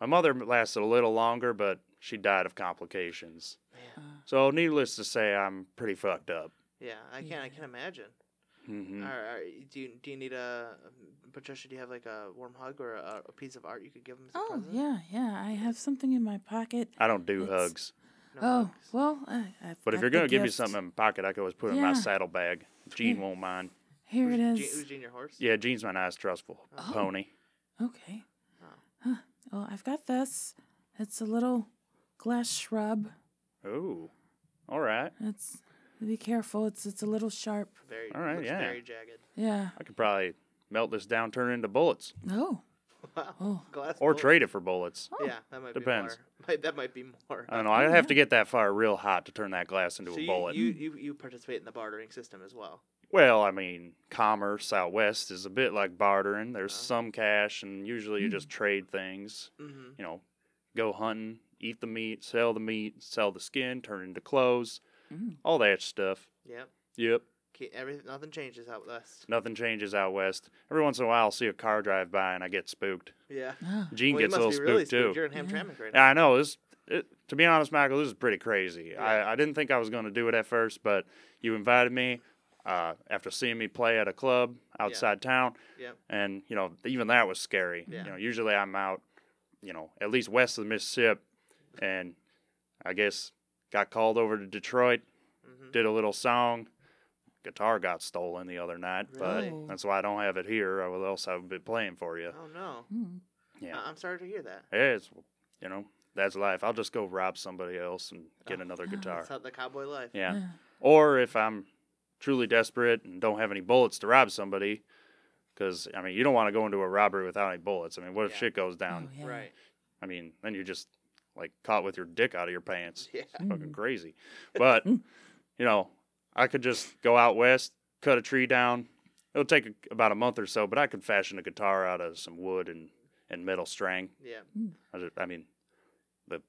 Speaker 4: My mother lasted a little longer, but she died of complications.
Speaker 2: Man.
Speaker 4: So, needless to say, I'm pretty fucked up.
Speaker 2: Yeah, I can I can imagine.
Speaker 4: hmm
Speaker 2: Are- are- do you do you need a Patricia? Do you have like a warm hug or a, a piece of art you could give him? As a
Speaker 3: oh
Speaker 2: present?
Speaker 3: yeah, yeah. I have something in my pocket.
Speaker 4: I don't do
Speaker 3: It's-
Speaker 4: hugs,
Speaker 2: No
Speaker 3: Oh
Speaker 2: hugs.
Speaker 3: well, I, I've
Speaker 4: but if
Speaker 3: got the
Speaker 4: you're gonna give me
Speaker 3: gift.
Speaker 4: something in my pocket, I could always put it in my
Speaker 3: Yeah.
Speaker 4: saddlebag. Gene
Speaker 3: Yeah.
Speaker 4: won't mind.
Speaker 3: here
Speaker 2: who's,
Speaker 3: it
Speaker 2: Gene-
Speaker 3: is.
Speaker 2: who's Gene, your horse?
Speaker 4: Yeah, Gene's my nice, trustful
Speaker 3: Oh.
Speaker 4: pony.
Speaker 3: Okay.
Speaker 2: Oh.
Speaker 3: Huh. Well, I've got this. It's a little glass shrub.
Speaker 4: Oh, all right.
Speaker 3: It's be careful. It's it's a little sharp.
Speaker 2: Very.
Speaker 4: All right,
Speaker 2: looks
Speaker 4: yeah.
Speaker 2: Very jagged.
Speaker 3: Yeah.
Speaker 4: I could probably melt this down, turn it into bullets,
Speaker 3: Oh.
Speaker 2: Wow.
Speaker 3: Oh.
Speaker 2: Glass.
Speaker 4: or
Speaker 2: bullet.
Speaker 4: trade it for bullets.
Speaker 3: Oh.
Speaker 2: Yeah, that might
Speaker 4: Depends.
Speaker 2: Be more. Might, that might be more.
Speaker 4: I don't know. I'd have to get that fire real hot to turn that glass into
Speaker 2: So
Speaker 4: a
Speaker 2: you,
Speaker 4: bullet.
Speaker 2: You, you you participate in the bartering system as well.
Speaker 4: well, I mean, commerce out west is a bit like bartering. There's
Speaker 2: Uh-huh.
Speaker 4: some cash, and usually you
Speaker 2: Hmm.
Speaker 4: just trade things.
Speaker 2: Mm-hmm.
Speaker 4: You know, go hunting, eat the meat, sell the meat, sell the skin, turn it into clothes,
Speaker 2: Hmm.
Speaker 3: Mm.
Speaker 4: all that stuff.
Speaker 2: Yep.
Speaker 4: Yep.
Speaker 2: Ke- Everything. Nothing changes out west.
Speaker 4: Nothing changes out west. Every once in a while, I'll see a car drive by, and I get spooked.
Speaker 2: Yeah.
Speaker 3: Ah.
Speaker 4: Gene
Speaker 2: Well, you
Speaker 4: gets a little
Speaker 2: must be really
Speaker 4: spooked too. Ah.
Speaker 2: spooked. You're in Hamtramck right
Speaker 4: Yeah,
Speaker 2: now.
Speaker 4: I know this. It, to be honest, Michael, this is pretty crazy. I, I didn't think I was going to do it at first, but you invited me uh, after seeing me play at a club outside town,
Speaker 2: Yep.
Speaker 4: and you know even that was scary.
Speaker 2: Yeah.
Speaker 4: You know, usually I'm out you know, at least west of the Mississippi, and I guess got called over to Detroit,
Speaker 2: Mm-hmm.
Speaker 4: did a little song. Guitar got stolen the other night,
Speaker 2: Really?
Speaker 3: Oh.
Speaker 4: but that's why I don't have it here, or else I would be playing for you.
Speaker 2: Oh no.
Speaker 3: Hmm.
Speaker 4: Yeah,
Speaker 2: I- I'm sorry to hear that.
Speaker 4: yeah, it's you know that's life. I'll just go rob somebody else and get
Speaker 2: Oh.
Speaker 4: another
Speaker 2: That's
Speaker 4: guitar.
Speaker 2: how the cowboy life.
Speaker 4: Yeah.
Speaker 3: Yeah.
Speaker 4: Or if I'm truly desperate and don't have any bullets to rob somebody, because, I mean, you don't want to go into a robbery without any bullets. I mean, what if
Speaker 2: Yeah.
Speaker 4: shit goes
Speaker 3: Oh,
Speaker 4: down?
Speaker 3: yeah.
Speaker 2: Right.
Speaker 4: I mean, then you're just like caught with your dick out of your pants.
Speaker 2: Yeah.
Speaker 3: Hmm.
Speaker 2: Mm.
Speaker 4: Fucking crazy. But, you know, I could just go out west, cut a tree down. It'll take a, about a month or so, but I could fashion a guitar out of some wood and, and metal string.
Speaker 2: Yeah.
Speaker 4: I, ju- I mean, the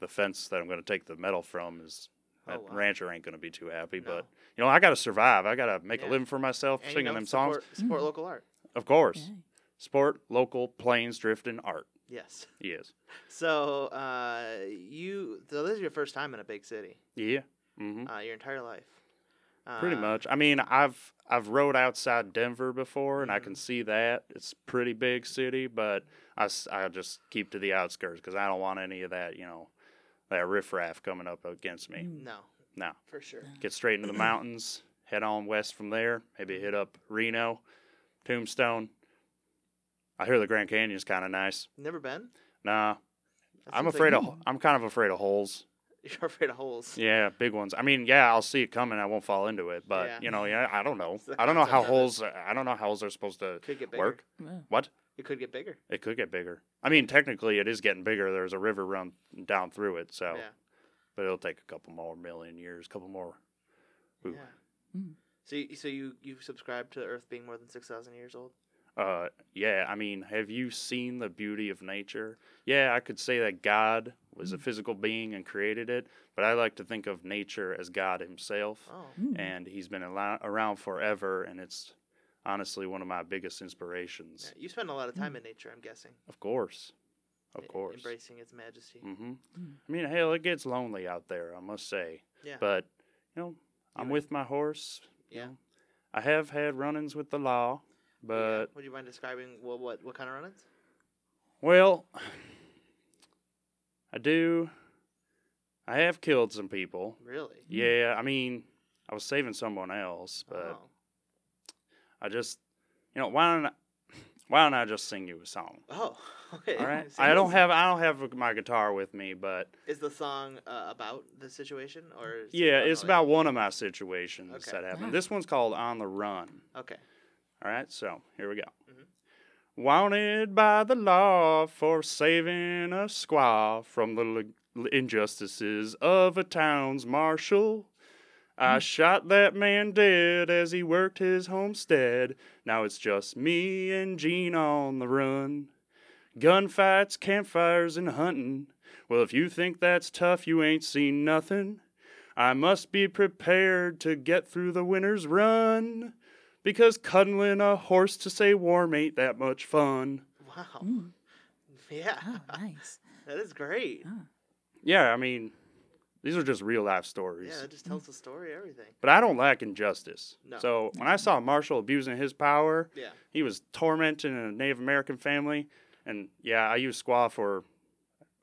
Speaker 4: the fence that I'm going to take the metal from is
Speaker 2: Oh,
Speaker 4: that
Speaker 2: wow.
Speaker 4: rancher ain't going to be too happy.
Speaker 2: No.
Speaker 4: But you know, I got to survive. I got to make
Speaker 2: Yeah.
Speaker 4: a living for myself,
Speaker 2: And, you
Speaker 4: singing
Speaker 2: know,
Speaker 4: them
Speaker 2: support,
Speaker 4: songs.
Speaker 3: Mm.
Speaker 2: Support local art.
Speaker 4: Of course,
Speaker 3: Yeah.
Speaker 4: support local plains drifting art.
Speaker 2: Yes.
Speaker 4: Yes.
Speaker 2: So uh, you, so this is your first time in a big city,
Speaker 4: Yeah. hmm
Speaker 2: uh, your entire life. Uh,
Speaker 4: pretty much. I mean, I've I've rode outside Denver before,
Speaker 2: Mm-hmm.
Speaker 4: and I can see that it's a pretty big city. But I s- I just keep to the outskirts because I don't want any of that. You know. That riffraff coming up against
Speaker 3: Mm-hmm.
Speaker 4: me.
Speaker 2: No,
Speaker 4: No.
Speaker 2: for sure.
Speaker 4: get straight into the mountains, head on west from there, maybe hit up Reno, Tombstone. I hear the Grand Canyon's kind of nice.
Speaker 2: Never been.
Speaker 4: Nah,
Speaker 2: That
Speaker 4: I'm
Speaker 2: seems like
Speaker 4: afraid of I'm kind of afraid of holes.
Speaker 2: You're afraid of holes.
Speaker 4: Yeah, big ones. I mean, yeah, I'll see it coming. I won't fall into it, but
Speaker 2: Yeah.
Speaker 4: you know, yeah, I don't know.
Speaker 2: It's the
Speaker 4: I don't know how
Speaker 2: concept of it.
Speaker 4: holes I don't know how holes are supposed to
Speaker 2: Could get bigger.
Speaker 4: work.
Speaker 3: Well,
Speaker 4: What?
Speaker 2: It could get bigger.
Speaker 4: It could get bigger. I mean, technically, it is getting bigger. There's a river run down through it, so
Speaker 2: Yeah.
Speaker 4: but it'll take a couple more million years, couple more. Ooh.
Speaker 2: Yeah.
Speaker 3: Mm.
Speaker 2: So, you, so you you subscribe to Earth being more than six thousand years old?
Speaker 4: Uh, yeah, I mean, have you seen the beauty of nature? Yeah, I could say that God was a
Speaker 2: Mm.
Speaker 4: physical being and created it, but I like to think of nature as God himself,
Speaker 2: Oh,
Speaker 3: mm.
Speaker 4: and he's been al- around forever, and it's honestly one of my biggest inspirations.
Speaker 2: yeah. you spend a lot of
Speaker 3: Mm.
Speaker 2: time in nature. I'm guessing.
Speaker 4: Of course. Of
Speaker 2: e-
Speaker 4: course.
Speaker 2: Embracing its majesty.
Speaker 4: Mm-hmm. I mean, hell, it gets lonely out there, I must say.
Speaker 2: Yeah.
Speaker 4: But, you know, I'm
Speaker 2: You're-
Speaker 4: with my horse.
Speaker 2: yeah. Well,
Speaker 4: I have had run ins with the law,
Speaker 2: yeah.
Speaker 4: but
Speaker 2: would you mind describing what what what kind of run-ins?
Speaker 4: Well, I do. I have killed some people.
Speaker 2: Really?
Speaker 4: Yeah, I mean, I was saving someone else, but
Speaker 2: oh.
Speaker 4: I just, you know, why don't I, why don't I just sing you a song?
Speaker 2: Oh, okay.
Speaker 4: All right.
Speaker 2: So
Speaker 4: I don't
Speaker 2: is-
Speaker 4: have I don't have my guitar with me, but
Speaker 2: Is the song uh, about the situation or? Is it
Speaker 4: yeah, it's about
Speaker 2: unrelated?
Speaker 4: one of my situations
Speaker 2: Okay.
Speaker 4: that happened.
Speaker 3: Wow.
Speaker 4: This one's called "On the Run."
Speaker 2: Okay.
Speaker 4: All right, so here we go.
Speaker 2: Mhm.
Speaker 4: Wanted by the law for saving a squaw from the l- injustices of a town's marshal. I shot that man dead as he worked his homestead. Now it's just me and Gene on the run. Gunfights, campfires, and hunting. Well, if you think that's tough, you ain't seen nothing. I must be prepared to get through the winter's run because cuddling a horse to say warm ain't that much fun.
Speaker 2: Wow.
Speaker 3: Mm.
Speaker 2: Yeah.
Speaker 3: Oh, nice.
Speaker 2: That is great.
Speaker 4: Yeah, I mean, these are just real life stories.
Speaker 2: Yeah, it just tells the story, everything.
Speaker 4: But I don't lack injustice.
Speaker 2: No.
Speaker 4: So when I saw Marshall abusing his power,
Speaker 2: Yeah.
Speaker 4: he was tormenting a Native American family. And yeah, I use squaw for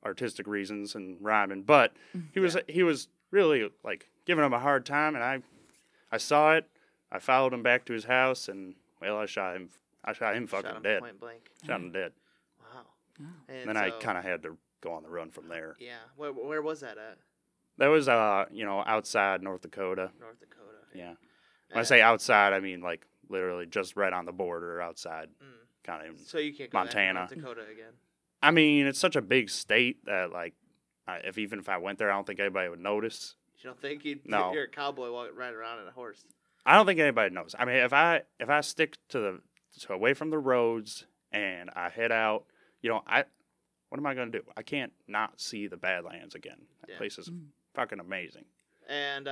Speaker 4: artistic reasons and rhyming, but
Speaker 2: Mm-hmm.
Speaker 4: he was he was really like giving him a hard time, and I I saw it. I followed him back to his house, and well, I shot him. I shot him fucking
Speaker 2: Shot him
Speaker 4: dead.
Speaker 2: point Mm-hmm. blank.
Speaker 4: Shot him dead.
Speaker 2: Wow.
Speaker 3: Wow.
Speaker 2: And
Speaker 4: And then I
Speaker 2: so-
Speaker 4: kind of had to go on the run from there.
Speaker 2: Yeah. Where, where was that at?
Speaker 4: That was, uh, you know, outside North Dakota.
Speaker 2: North Dakota.
Speaker 4: Yeah. When
Speaker 2: Uh,
Speaker 4: I say outside, I mean like literally just right on the border outside,
Speaker 2: Mm.
Speaker 4: kind of.
Speaker 2: So you can't go back to
Speaker 4: Montana.
Speaker 2: North Dakota again.
Speaker 4: I mean, it's such a big state that like, I, if even if I went there, I don't think anybody would notice.
Speaker 2: You don't think you'd,
Speaker 4: No.
Speaker 2: you're a cowboy walking right around on a horse?
Speaker 4: I don't think anybody knows. I mean, if I if I stick to the to away from the roads and I head out, you know, I what am I gonna do? I can't not see the Badlands again. That
Speaker 2: Yeah.
Speaker 4: place is
Speaker 3: Mm.
Speaker 4: fucking amazing.
Speaker 2: And uh,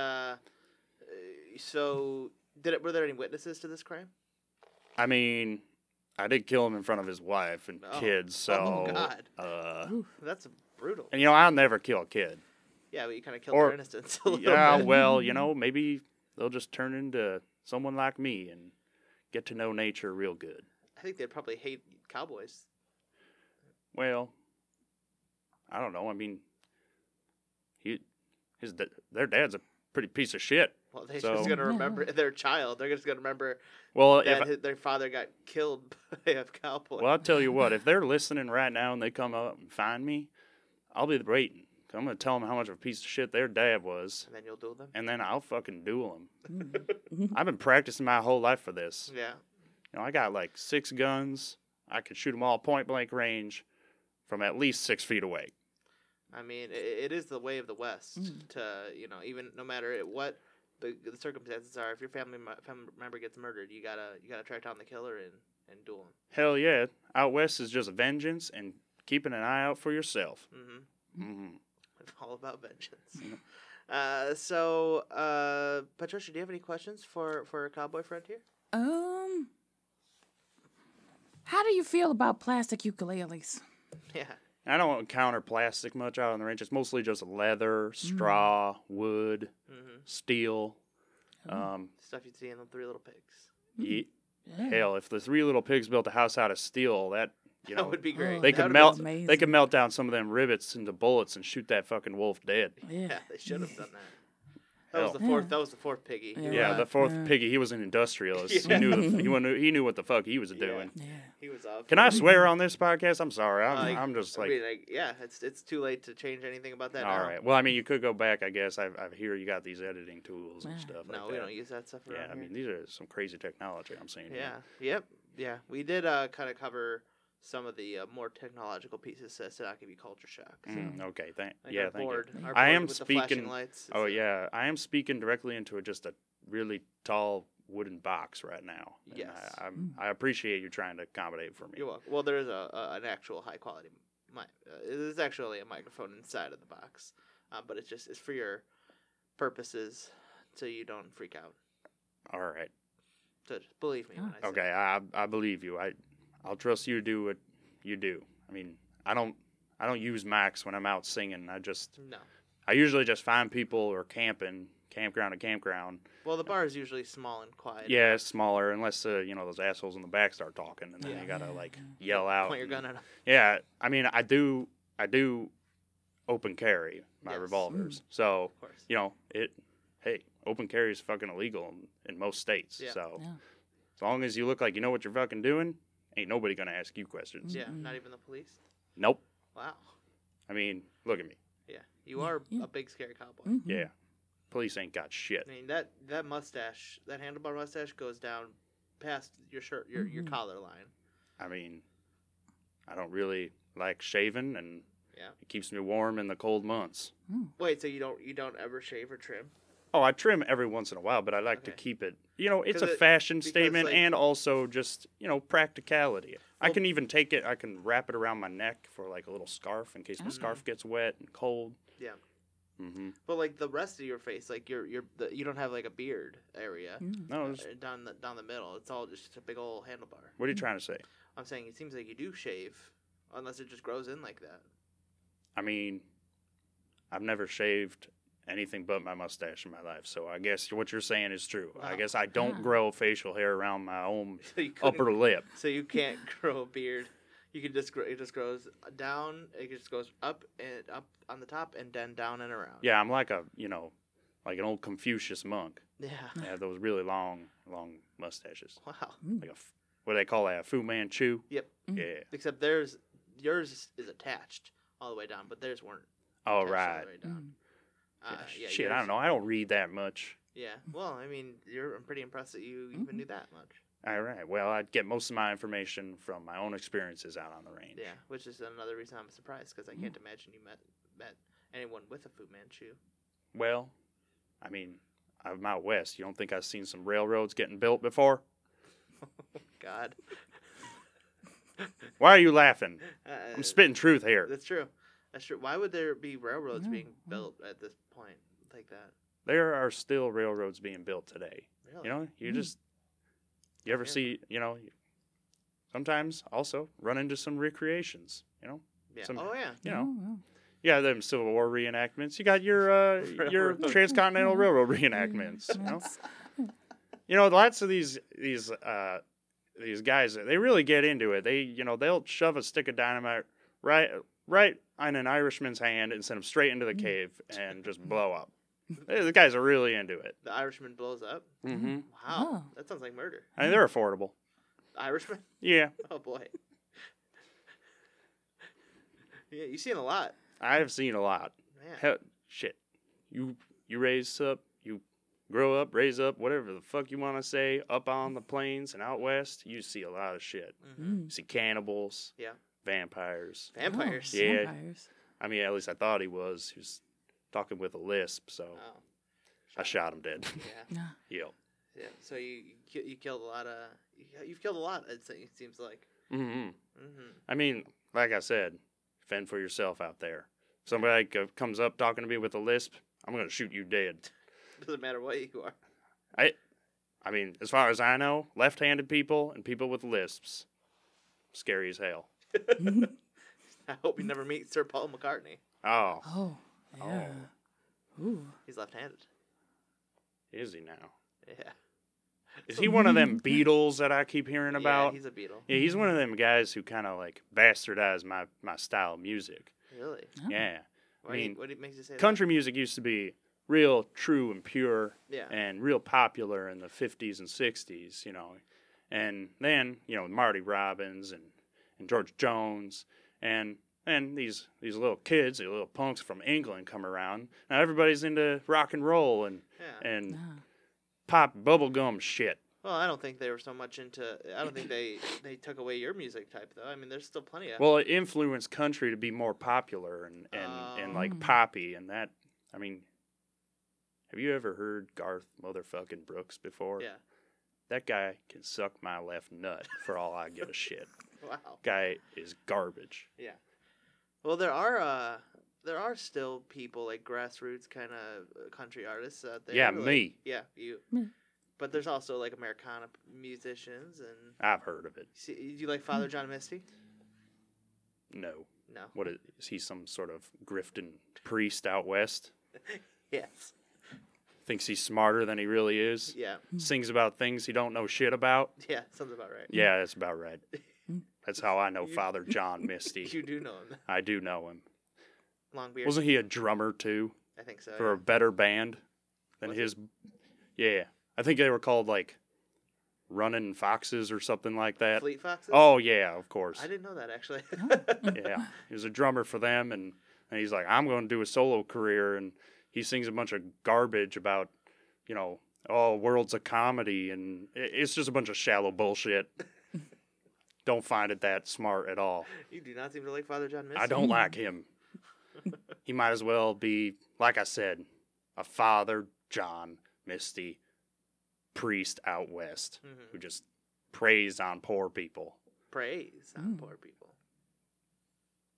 Speaker 2: uh, so, did it? Were there any witnesses to this crime?
Speaker 4: I mean, I did kill him in front of his wife and
Speaker 2: Oh.
Speaker 4: kids, so.
Speaker 2: Oh, God.
Speaker 4: Uh,
Speaker 2: That's brutal.
Speaker 4: and you know, I'll never kill a kid.
Speaker 2: Yeah, but you kind of killed
Speaker 4: Or-
Speaker 2: their innocence a little
Speaker 4: yeah,
Speaker 2: bit.
Speaker 4: well, you know, maybe they'll just turn into someone like me and get to know nature real good.
Speaker 2: I think they'd probably hate cowboys.
Speaker 4: Well, I don't know. I mean, he, his, da- their dad's a pretty piece of shit.
Speaker 2: Well, they're
Speaker 4: So-
Speaker 2: just gonna remember their child. They're just gonna remember
Speaker 4: Well, if
Speaker 2: that his, their father got killed by a cowboy.
Speaker 4: Well, I'll tell you what, if they're listening right now and they come up and find me, I'll be waiting. 'Cause I'm going to tell them how much of a piece of shit their dad was,
Speaker 2: And then you'll duel them.
Speaker 4: and then I'll fucking duel them.
Speaker 3: Hmm.
Speaker 4: I've been practicing my whole life for this.
Speaker 2: Yeah.
Speaker 4: You know, I got like six guns. I could shoot them all point blank range from at least six feet away.
Speaker 2: I mean, i it is the way of the West to you know even no matter it, what the, the circumstances are. If your family me- fam- member gets murdered, you gotta you gotta track down the killer and and duel
Speaker 4: Hell yeah. Out west is just vengeance and keeping an eye out for yourself.
Speaker 2: him. Mm-hmm.
Speaker 4: hmm
Speaker 2: It's all about vengeance. uh, so uh, Patricia, do you have any questions for for our cowboy friend here?
Speaker 3: Um, how do you feel about plastic ukuleles?
Speaker 2: Yeah.
Speaker 4: I don't encounter plastic much out on the range. It's mostly just leather, straw, wood,
Speaker 2: Mm-hmm.
Speaker 4: steel. Um,
Speaker 2: Stuff you'd see in the Three Little Pigs.
Speaker 4: Ye- Hell, if the Three Little Pigs built a house out of steel, that you know
Speaker 2: that would be great.
Speaker 4: they
Speaker 2: That
Speaker 4: could
Speaker 2: would've
Speaker 4: melt.
Speaker 2: been-
Speaker 3: amazing.
Speaker 4: They could melt down some of them rivets into bullets and shoot that fucking wolf dead.
Speaker 2: Yeah,
Speaker 3: Yeah.
Speaker 2: they should have done that. That was
Speaker 4: Hell.
Speaker 2: the fourth. That was the fourth piggy. Uh,
Speaker 3: Yeah.
Speaker 2: He,
Speaker 4: Yeah,
Speaker 2: was,
Speaker 4: the fourth piggy, he was an industrialist.
Speaker 2: Yeah.
Speaker 4: He knew the, he, knew, he knew what the fuck he was doing.
Speaker 3: Yeah.
Speaker 2: he was off.
Speaker 4: Can I swear on this podcast? I'm sorry. I'm,
Speaker 2: Like,
Speaker 4: I'm just
Speaker 2: I
Speaker 4: like,
Speaker 2: mean, like, yeah, it's it's too late to change anything about that.
Speaker 4: all
Speaker 2: now.
Speaker 4: right. Well, I mean, you could go back. I guess I, I hear you got these editing tools and
Speaker 3: Yeah.
Speaker 4: stuff.
Speaker 2: No,
Speaker 4: like
Speaker 2: we
Speaker 4: that.
Speaker 2: don't use that stuff around
Speaker 4: Yeah, I
Speaker 2: here.
Speaker 4: mean, these are some crazy technology. I'm saying.
Speaker 2: yeah. Yep. Yeah, we did uh, kind of cover some of the uh, more technological pieces to Sadakabi culture shock. So
Speaker 4: Mm, okay. Thank.
Speaker 2: I think
Speaker 4: Yeah.
Speaker 2: our
Speaker 4: Thank you.
Speaker 2: board- our
Speaker 4: I
Speaker 2: board
Speaker 4: am
Speaker 2: with the flashing
Speaker 4: speaking-
Speaker 2: lights,
Speaker 4: Oh
Speaker 2: it's, uh,
Speaker 4: yeah, I am speaking directly into a, just a really tall wooden box right now. and
Speaker 2: Yes. Mm.
Speaker 4: I, I'm, I appreciate you trying to accommodate for me.
Speaker 2: You're welcome. Well, there is a, a an actual high quality. Mi- uh, there's actually a microphone inside of the box, uh, but it's just it's for your purposes, so you don't freak out.
Speaker 4: All right.
Speaker 2: So just believe
Speaker 3: Oh.
Speaker 2: me when I say.
Speaker 4: Okay. I I believe you. I I'll trust you to do what you do. I mean, I don't I don't use mics when I'm out singing. I just
Speaker 2: No.
Speaker 4: I usually just find people or camping campground to campground.
Speaker 2: Well, the bar is usually small and quiet.
Speaker 4: Yeah, it's smaller unless uh, you know those assholes in the back start talking, and then
Speaker 2: Yeah.
Speaker 4: you gotta like yell out.
Speaker 2: Point your gun
Speaker 4: and-
Speaker 2: at 'em.
Speaker 4: Yeah, I mean, I do, I do open carry my
Speaker 2: Yes. Mm.
Speaker 4: revolvers. So,
Speaker 2: Of course.
Speaker 4: you know, it. Hey, open carry is fucking illegal in, in most states.
Speaker 2: Yeah.
Speaker 4: So,
Speaker 3: Yeah.
Speaker 4: as long as you look like you know what you're fucking doing, ain't nobody gonna ask you questions.
Speaker 2: Yeah, not even the police.
Speaker 4: Nope.
Speaker 2: Wow.
Speaker 4: I mean, look at me.
Speaker 2: Yeah, you are
Speaker 3: yeah. Mm.
Speaker 2: a big scary cowboy.
Speaker 3: Mm-hmm.
Speaker 4: Yeah. Police ain't got shit.
Speaker 2: I mean that that mustache, that handlebar mustache goes down past your shirt, your your collar line.
Speaker 4: I mean, I don't really like shaving, and
Speaker 2: Yeah.
Speaker 4: it keeps me warm in the cold months.
Speaker 2: Wait, so you don't you don't ever shave or trim?
Speaker 4: Oh, I trim every once in a while, but I like to
Speaker 2: Okay.
Speaker 4: keep it. You know, it's
Speaker 2: 'Cause
Speaker 4: a
Speaker 2: it-
Speaker 4: fashion
Speaker 2: because,
Speaker 4: statement
Speaker 2: like-
Speaker 4: and also just you know practicality. I
Speaker 2: Well-
Speaker 4: can even take it. I can wrap it around my neck for like a little scarf in case my
Speaker 3: Oh.
Speaker 4: scarf gets wet and cold.
Speaker 2: Mm. Yeah.
Speaker 4: hmm
Speaker 2: But like the rest of your face, like your your the, you don't have like a beard area
Speaker 3: Mm-hmm.
Speaker 4: No,
Speaker 2: uh, mm.
Speaker 4: it's-
Speaker 2: down the down the middle. It's all just a big old handlebar.
Speaker 4: what are you trying to say?
Speaker 2: I'm saying it seems like you do shave, unless it just grows in like that.
Speaker 4: I mean, I've never shaved anything but my mustache in my life, so I guess what you're saying is true. I
Speaker 2: Wow.
Speaker 4: guess I don't grow facial hair around my own
Speaker 2: So you couldn't-
Speaker 4: upper lip.
Speaker 2: So you can't grow a beard. You can just grow. It just grows down. It just goes up and up on the top, and then down and around.
Speaker 4: Yeah, I'm like a you know, like an old Confucius monk.
Speaker 2: Yeah.
Speaker 4: I have those really long, long mustaches.
Speaker 2: Wow.
Speaker 4: like a f- what do they call that? A Fu Manchu.
Speaker 2: Yep.
Speaker 4: Yeah.
Speaker 2: Except theirs, yours is- is attached all the way down, but theirs weren't.
Speaker 4: All
Speaker 2: attached All
Speaker 4: right.
Speaker 2: the way
Speaker 3: Mm-hmm.
Speaker 2: down.
Speaker 4: Mm.
Speaker 2: Uh, yeah,
Speaker 4: Shit, I
Speaker 2: yours-
Speaker 4: don't know. I don't read that much.
Speaker 2: Yeah. Well, I mean, you're. I'm pretty impressed that you even
Speaker 4: Mm-hmm.
Speaker 2: knew that much.
Speaker 4: All right. Well, I get most of my information from my own experiences out on the range.
Speaker 2: Yeah. Which is another reason I'm surprised because I can't
Speaker 4: Mm-hmm.
Speaker 2: imagine you met met anyone with a Fu Manchu.
Speaker 4: Well, I mean, I'm out west. You don't think I've seen some railroads getting built before?
Speaker 2: God.
Speaker 4: Why are you laughing?
Speaker 2: Uh,
Speaker 4: I'm spitting truth here.
Speaker 2: That's true. That's true. Why would there be railroads being built at this point like that?
Speaker 4: There are still railroads being built today.
Speaker 2: Really?
Speaker 4: You know, you just you ever see, you know, sometimes also run into some recreations, you know?
Speaker 2: Yeah.
Speaker 4: some-
Speaker 2: oh yeah.
Speaker 4: You
Speaker 3: Hmm.
Speaker 4: know, Yeah, them Civil War reenactments. You got your uh, your
Speaker 2: Railroad.
Speaker 4: transcontinental railroad reenactments. You know, you know lots of these these uh, these guys. They really get into it. They you know they'll shove a stick of dynamite right right on an Irishman's hand and send him straight into the cave and just blow up. Eh, the guys are really into it.
Speaker 2: The Irishman blows up.
Speaker 4: Mm-hmm.
Speaker 2: Wow,
Speaker 3: Oh.
Speaker 2: that sounds like murder.
Speaker 4: I mean, they're affordable.
Speaker 2: Irishman.
Speaker 4: Yeah,
Speaker 2: Oh boy. yeah, you've seen a lot,
Speaker 4: I've seen a lot.
Speaker 2: man.
Speaker 4: Hell, shit. You you raise up, you grow up, raise up, whatever the fuck you want to say, up on the plains and out west, you see a lot of shit.
Speaker 2: Mhm.
Speaker 3: Mm.
Speaker 4: You see cannibals,
Speaker 2: Yeah,
Speaker 4: vampires.
Speaker 2: vampires.
Speaker 3: Oh,
Speaker 4: Yeah.
Speaker 3: Vampires.
Speaker 4: I mean, at least I thought he was. He was talking with a lisp, so
Speaker 2: Oh,
Speaker 4: I shot him dead.
Speaker 2: yeah.
Speaker 3: Yeah.
Speaker 4: yeah.
Speaker 2: Yeah, so you you, ki- you killed a lot of you- you've killed a lot. It se- it seems like.
Speaker 4: hmm
Speaker 2: Mm-hmm.
Speaker 4: I mean, like I said, fend for yourself out there. If somebody co- comes up talking to me with a lisp, I'm gonna shoot you dead.
Speaker 2: Doesn't matter what you are.
Speaker 4: I mean, as far as I know, left-handed people and people with lisps, scary as hell.
Speaker 2: I hope you never meet Sir Paul McCartney.
Speaker 4: Oh,
Speaker 3: Oh. Yeah. Ooh.
Speaker 2: He's left-handed.
Speaker 4: is he now?
Speaker 2: Yeah.
Speaker 4: Is he one of them Beatles that I keep hearing
Speaker 2: Yeah,
Speaker 4: about?
Speaker 2: he's a Beatle.
Speaker 4: Yeah, he's one of them guys who kind of like bastardized my my style of music.
Speaker 2: Really?
Speaker 3: Oh.
Speaker 4: Yeah,
Speaker 2: Why
Speaker 4: I
Speaker 2: do you-
Speaker 4: mean,
Speaker 2: what do you- makes you say that?
Speaker 4: country music used to be real true and pure
Speaker 2: Yeah.
Speaker 4: and real popular in the 50s and 60s you know and then you know marty robbins and, and george jones and and these these little kids these little punks from england come around now everybody's into rock and roll and
Speaker 2: Yeah.
Speaker 4: and
Speaker 3: Ah.
Speaker 4: pop bubblegum shit
Speaker 2: Well, I don't think they were so much into. I don't think they they took away your music type though. I mean, there's still plenty of.
Speaker 4: well it influenced country to be more popular and and, and
Speaker 3: Oh.
Speaker 4: like poppy and that i mean have you ever heard garth motherfucking brooks before
Speaker 2: yeah.
Speaker 4: that guy can suck my left nut for all I give a shit.
Speaker 2: Wow.
Speaker 4: Guy is garbage.
Speaker 2: Yeah. Well, there are uh there are still people like grassroots kind of country artists out there.
Speaker 4: Yeah,
Speaker 2: like-
Speaker 4: me.
Speaker 2: Yeah, you.
Speaker 3: Me.
Speaker 2: But there's also like Americana p- musicians and
Speaker 4: I've heard of it.
Speaker 2: see, do you like Father John Misty?
Speaker 4: No.
Speaker 2: No.
Speaker 4: What is, is he some sort of grifting priest out west?
Speaker 2: Yes.
Speaker 4: Thinks he's smarter than he really is?
Speaker 2: Yeah.
Speaker 4: Sings about things he don't know shit about?
Speaker 2: Yeah. Sounds about right.
Speaker 4: Yeah, that's about right. That's how I know
Speaker 2: You-
Speaker 4: Father John Misty.
Speaker 2: You do know him.
Speaker 4: I do know him.
Speaker 2: Long beard.
Speaker 4: Wasn't he a drummer too
Speaker 2: I think so.
Speaker 4: for a better band than
Speaker 2: Was he?
Speaker 4: his? Yeah. I think they were called like Running Foxes or something like
Speaker 2: yeah.
Speaker 4: that.
Speaker 2: Fleet Foxes.
Speaker 4: Oh, yeah, of course.
Speaker 2: I didn't know that actually.
Speaker 4: yeah, he was a drummer for them, and, and he's like, I'm going to do a solo career, and he sings a bunch of garbage about, you know, oh, world's a comedy, and i- it's just a bunch of shallow bullshit. don't find it that smart at all.
Speaker 2: you do not seem to like Father John Misty.
Speaker 4: I don't like him. he might as well be, like I said, a father John Misty priest out west
Speaker 2: Mhm.
Speaker 4: who just preys on poor people.
Speaker 2: praise on poor people.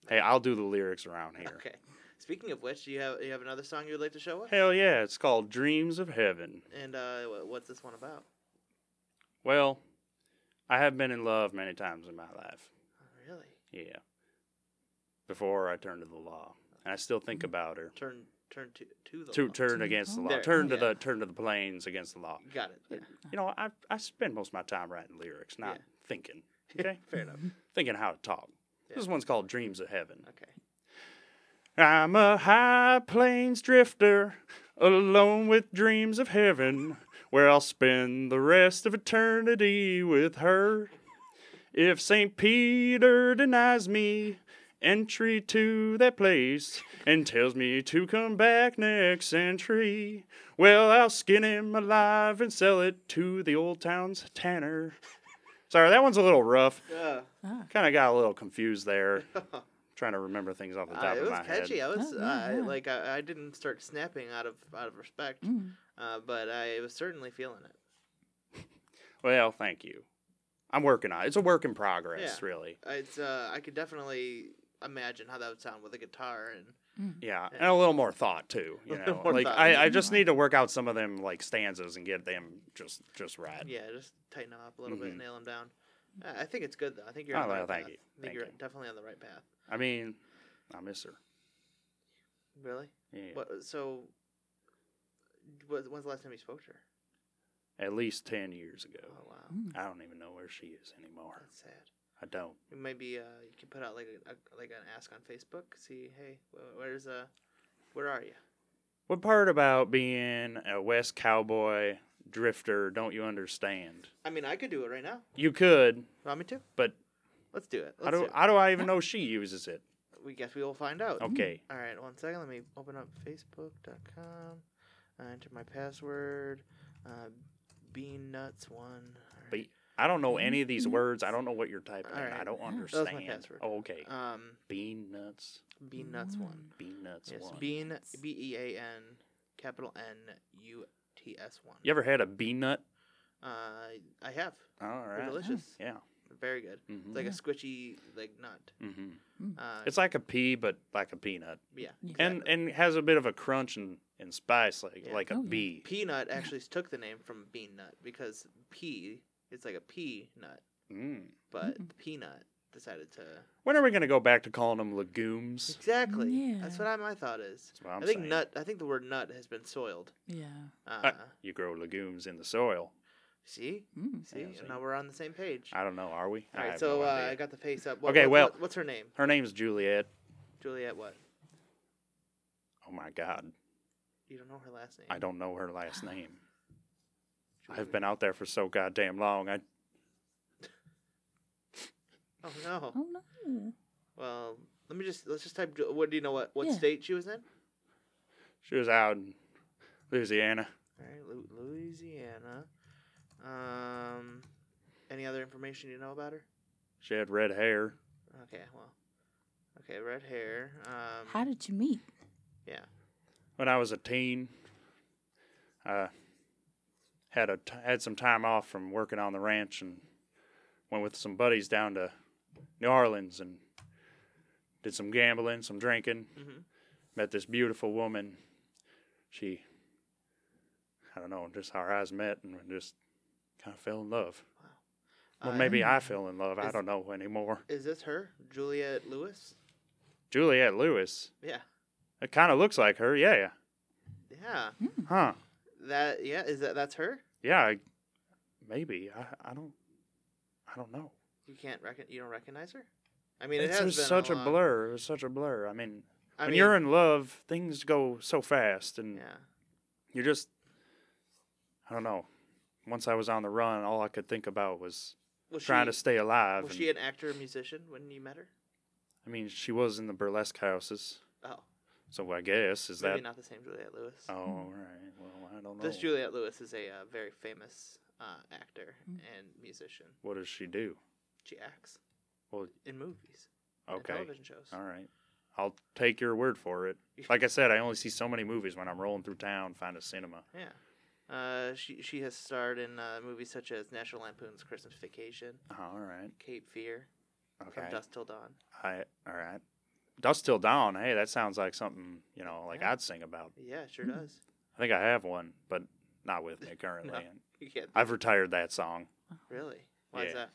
Speaker 4: Hey, I'll do the lyrics around here.
Speaker 2: Okay. Speaking of which, do you have you have another song you would like to show us?
Speaker 4: Hell yeah, it's called Dreams of Heaven.
Speaker 2: And uh, wh- what's this one about?
Speaker 4: Well, I have been in love many times in my life.
Speaker 2: Oh, really?
Speaker 4: Yeah. Before I turned to the law. And I still think about her.
Speaker 2: Turn turn to to Mm-hmm. the
Speaker 4: To
Speaker 2: law.
Speaker 4: turn against the law.
Speaker 2: There,
Speaker 4: Turn to
Speaker 2: yeah.
Speaker 4: the turn to the planes against the law.
Speaker 2: Got it. Yeah.
Speaker 4: You know, I I spend most of my time writing lyrics, not
Speaker 2: Yeah.
Speaker 4: thinking. Okay?
Speaker 2: Fair enough.
Speaker 4: thinking how to talk. This
Speaker 2: Yeah.
Speaker 4: one's called Dreams of Heaven.
Speaker 2: Okay.
Speaker 4: I'm a high plains drifter, alone with dreams of heaven, where I'll spend the rest of eternity with her. If St. Peter denies me entry to that place and tells me to come back next century, well, I'll skin him alive and sell it to the old town's tanner. Sorry, that one's a little rough.
Speaker 2: Uh,
Speaker 4: Kind of got a little confused there. Trying to remember things off the top
Speaker 2: I-
Speaker 4: of
Speaker 2: it was
Speaker 4: my head.
Speaker 2: catchy. I was
Speaker 3: Oh, yeah,
Speaker 2: I,
Speaker 3: yeah.
Speaker 2: like I, I didn't start snapping out of out of respect,
Speaker 3: Mm.
Speaker 2: uh, but I was certainly feeling it.
Speaker 4: Well, thank you. I'm working on it. It's a work in progress,
Speaker 2: Yeah.
Speaker 4: really.
Speaker 2: It's uh, I could definitely imagine how that would sound with a guitar and
Speaker 4: Yeah. And a little more thought too. You
Speaker 2: little
Speaker 4: know.
Speaker 2: more
Speaker 4: Like
Speaker 2: thought. Mm-hmm.
Speaker 4: I, I just need to work out some of them like stanzas and get them just just right.
Speaker 2: yeah, just tighten them up a little bit,
Speaker 4: Mhm.
Speaker 2: nail them down. I I think it's good though. I think you're
Speaker 4: Oh,
Speaker 2: on the
Speaker 4: well,
Speaker 2: right
Speaker 4: thank
Speaker 2: path.
Speaker 4: you.
Speaker 2: I think
Speaker 4: Thank
Speaker 2: you're
Speaker 4: you.
Speaker 2: definitely on the right path.
Speaker 4: I mean, I miss her.
Speaker 2: Really?
Speaker 4: Yeah.
Speaker 2: What? So, what, when's the last time you spoke to her?
Speaker 4: At least ten years ago.
Speaker 2: Oh wow,
Speaker 3: Mm.
Speaker 4: I don't even know where she is anymore.
Speaker 2: that's sad.
Speaker 4: I don't.
Speaker 2: Maybe uh, you can put out like a, a- like an ask on Facebook. See, hey, wh- where's uh, where are you?
Speaker 4: What part about being a West Cowboy drifter don't you understand?
Speaker 2: I mean, I could do it right now.
Speaker 4: You could,
Speaker 2: Want me to?
Speaker 4: but
Speaker 2: Let's do it.
Speaker 4: how
Speaker 2: Let's
Speaker 4: do,
Speaker 2: do it.
Speaker 4: how do I even know she uses it?
Speaker 2: We guess we will find out.
Speaker 4: Okay.
Speaker 2: All right, one second. Let me open up Facebook.com. I uh, enter my password. Uh, bean nuts one. All
Speaker 4: But I don't know any of
Speaker 2: Mm-hmm.
Speaker 4: these words. I don't know what you're typing. in. I
Speaker 2: Alright.
Speaker 4: don't
Speaker 2: was
Speaker 4: understand.
Speaker 2: my password.
Speaker 4: Oh, okay.
Speaker 2: Um,
Speaker 4: bean nuts.
Speaker 2: bean nuts one.
Speaker 4: Bean nuts.
Speaker 2: Yes,
Speaker 4: one.
Speaker 2: bean B E A N capital N U T S one.
Speaker 4: you ever had a bean nut?
Speaker 2: Uh, I have.
Speaker 4: All
Speaker 2: They're
Speaker 4: right.
Speaker 2: delicious.
Speaker 4: Yeah.
Speaker 2: Very good.
Speaker 4: Mhm.
Speaker 2: It's like a squishy like nut.
Speaker 4: hmm
Speaker 2: Uh,
Speaker 4: It's like a pea, but like a peanut,
Speaker 2: yeah.
Speaker 4: and and has a bit of a crunch and, and spice like
Speaker 2: Yeah.
Speaker 4: like a
Speaker 3: Oh, yeah.
Speaker 4: bee.
Speaker 2: Peanut actually took the name from bean nut because pea it's like a pea nut,
Speaker 4: Mm.
Speaker 2: but
Speaker 3: Mm-hmm.
Speaker 2: peanut decided to
Speaker 4: When are we gonna go back to calling them legumes?
Speaker 2: exactly. That's
Speaker 3: Yeah.
Speaker 2: what I, my thought is.
Speaker 4: That's what
Speaker 2: i
Speaker 4: I'm
Speaker 2: think
Speaker 4: saying.
Speaker 2: nut. I think the word nut has been soiled.
Speaker 3: Yeah.
Speaker 2: Uh,
Speaker 4: Uh, you grow legumes in the soil.
Speaker 2: see,
Speaker 3: Mm.
Speaker 2: see,
Speaker 4: see.
Speaker 2: now we're on the same page.
Speaker 4: I don't know. Are we?
Speaker 2: All
Speaker 4: I
Speaker 2: right,
Speaker 4: have
Speaker 2: so
Speaker 4: no
Speaker 2: uh,
Speaker 4: idea.
Speaker 2: I got the face up. What,
Speaker 4: Okay,
Speaker 2: what-
Speaker 4: well-
Speaker 2: what- what's her name?
Speaker 4: her name's Juliet.
Speaker 2: Juliet. What?
Speaker 4: Oh my God,
Speaker 2: You don't know her last name.
Speaker 4: I don't know her last name. I've
Speaker 2: Juliet.
Speaker 4: been out there for so goddamn long. I
Speaker 2: Oh no.
Speaker 3: Oh no.
Speaker 2: Well, let me just let's just type. Ju- What do you know? What what
Speaker 3: Yeah.
Speaker 2: state she was in?
Speaker 4: she was out in Louisiana.
Speaker 2: All right, Lu- Louisiana. Um, any other information you know about her?
Speaker 4: She had red hair.
Speaker 2: Okay, well, okay, red hair. Um,
Speaker 3: How did you meet?
Speaker 2: yeah.
Speaker 4: when I was a teen, I had a t- had some time off from working on the ranch and went with some buddies down to New Orleans and did some gambling, some drinking.
Speaker 2: Mhm.
Speaker 4: Met this beautiful woman. She, I don't know, just our eyes met and we just kind of fell in love. Well,
Speaker 2: Uh,
Speaker 4: maybe I fell in love. I
Speaker 2: is-
Speaker 4: don't know anymore.
Speaker 2: Is this her, Juliet Lewis?
Speaker 4: Juliet Lewis.
Speaker 2: Yeah,
Speaker 4: It kind of looks like her. Yeah.
Speaker 2: yeah.
Speaker 4: Huh.
Speaker 2: That yeah. Is that that's her?
Speaker 4: Yeah, I, maybe. I, I don't I don't know.
Speaker 2: You can't reckon. You don't recognize her. I mean, it
Speaker 4: it's
Speaker 2: has been
Speaker 4: just such a
Speaker 2: long-
Speaker 4: blur. It was such a blur. I mean,
Speaker 2: I
Speaker 4: when
Speaker 2: mean,
Speaker 4: you're in love, things go so fast, and
Speaker 2: Yeah.
Speaker 4: you're just I don't know. Once I was on the run, all I could think about was
Speaker 2: Was
Speaker 4: trying
Speaker 2: she,
Speaker 4: to stay alive.
Speaker 2: Was
Speaker 4: and-
Speaker 2: she an actor, or musician when you met her?
Speaker 4: I mean, she was in the burlesque houses,
Speaker 2: Oh,
Speaker 4: so I guess is
Speaker 2: maybe
Speaker 4: that.
Speaker 2: not the same Juliet Lewis.
Speaker 4: Oh, all right. Well, I don't know.
Speaker 2: This Juliet Lewis is a uh, very famous uh, actor
Speaker 3: Mm.
Speaker 2: and musician.
Speaker 4: what does she do?
Speaker 2: She acts
Speaker 4: Well,
Speaker 2: in movies, and
Speaker 4: okay.
Speaker 2: television shows.
Speaker 4: All right. I'll take your word for it. Like I said, I only see so many movies when I'm rolling through town, find a cinema.
Speaker 2: Yeah. Uh, she she has starred in uh, movies such as National Lampoon's Christmas Vacation,
Speaker 4: Oh, all right.
Speaker 2: Cape Fear,
Speaker 4: Okay.
Speaker 2: From Dusk Till Dawn.
Speaker 4: I all right. Dust till dawn. Hey, that sounds like something you know, like
Speaker 2: Yeah.
Speaker 4: I'd sing about.
Speaker 2: Yeah, it sure does.
Speaker 4: I think I have one, but not with me currently.
Speaker 2: You can't
Speaker 4: I've retired that song.
Speaker 2: really. Why is
Speaker 4: Yeah.
Speaker 2: that?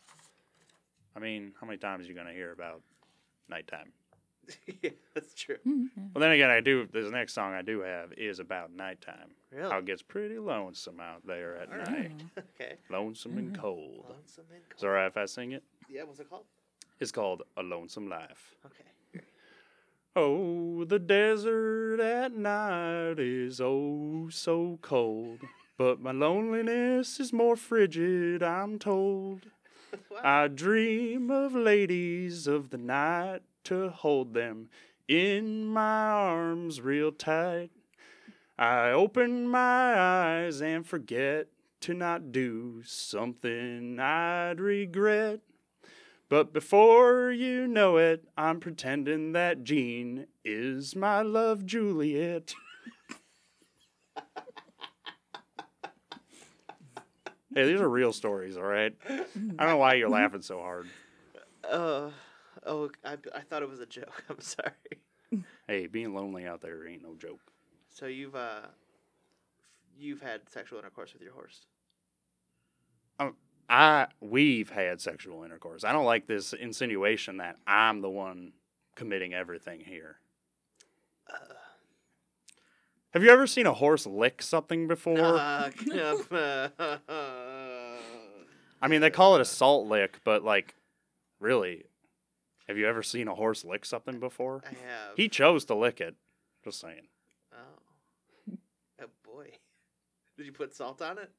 Speaker 4: I mean, how many times are you gonna hear about nighttime?
Speaker 2: yeah, that's true.
Speaker 3: Mm, yeah.
Speaker 4: Well, then again, I do. This next song I do have is about nighttime.
Speaker 2: Really?
Speaker 4: How it gets pretty lonesome out there at night,
Speaker 2: okay.
Speaker 4: lonesome and cold.
Speaker 2: Lonesome and
Speaker 4: Is it alright if I sing it?
Speaker 2: Yeah, what's it called?
Speaker 4: It's called A Lonesome Life.
Speaker 2: Okay.
Speaker 4: Oh, the desert at night is oh so cold, but my loneliness is more frigid, I'm told. I dream of ladies of the night to hold them in my arms real tight. I open my eyes and forget to not do something I'd regret. But before you know it, I'm pretending that Jean is my love Juliet. hey, these are real stories, all right? I don't know why you're laughing so hard.
Speaker 2: Uh, oh, I, I thought it was a joke. I'm sorry.
Speaker 4: Hey, being lonely out there ain't no joke.
Speaker 2: So you've uh, you've had sexual intercourse with your horse.
Speaker 4: Um, I we've had sexual intercourse. I don't like this insinuation that I'm the one committing everything here.
Speaker 2: Uh,
Speaker 4: Have you ever seen a horse lick something before?
Speaker 2: Uh,
Speaker 4: I mean, they call it a salt lick, but like really, have you ever seen a horse lick something before?
Speaker 2: I have.
Speaker 4: He chose to lick it. Just saying.
Speaker 2: Oh. Oh boy. Did you put salt on it?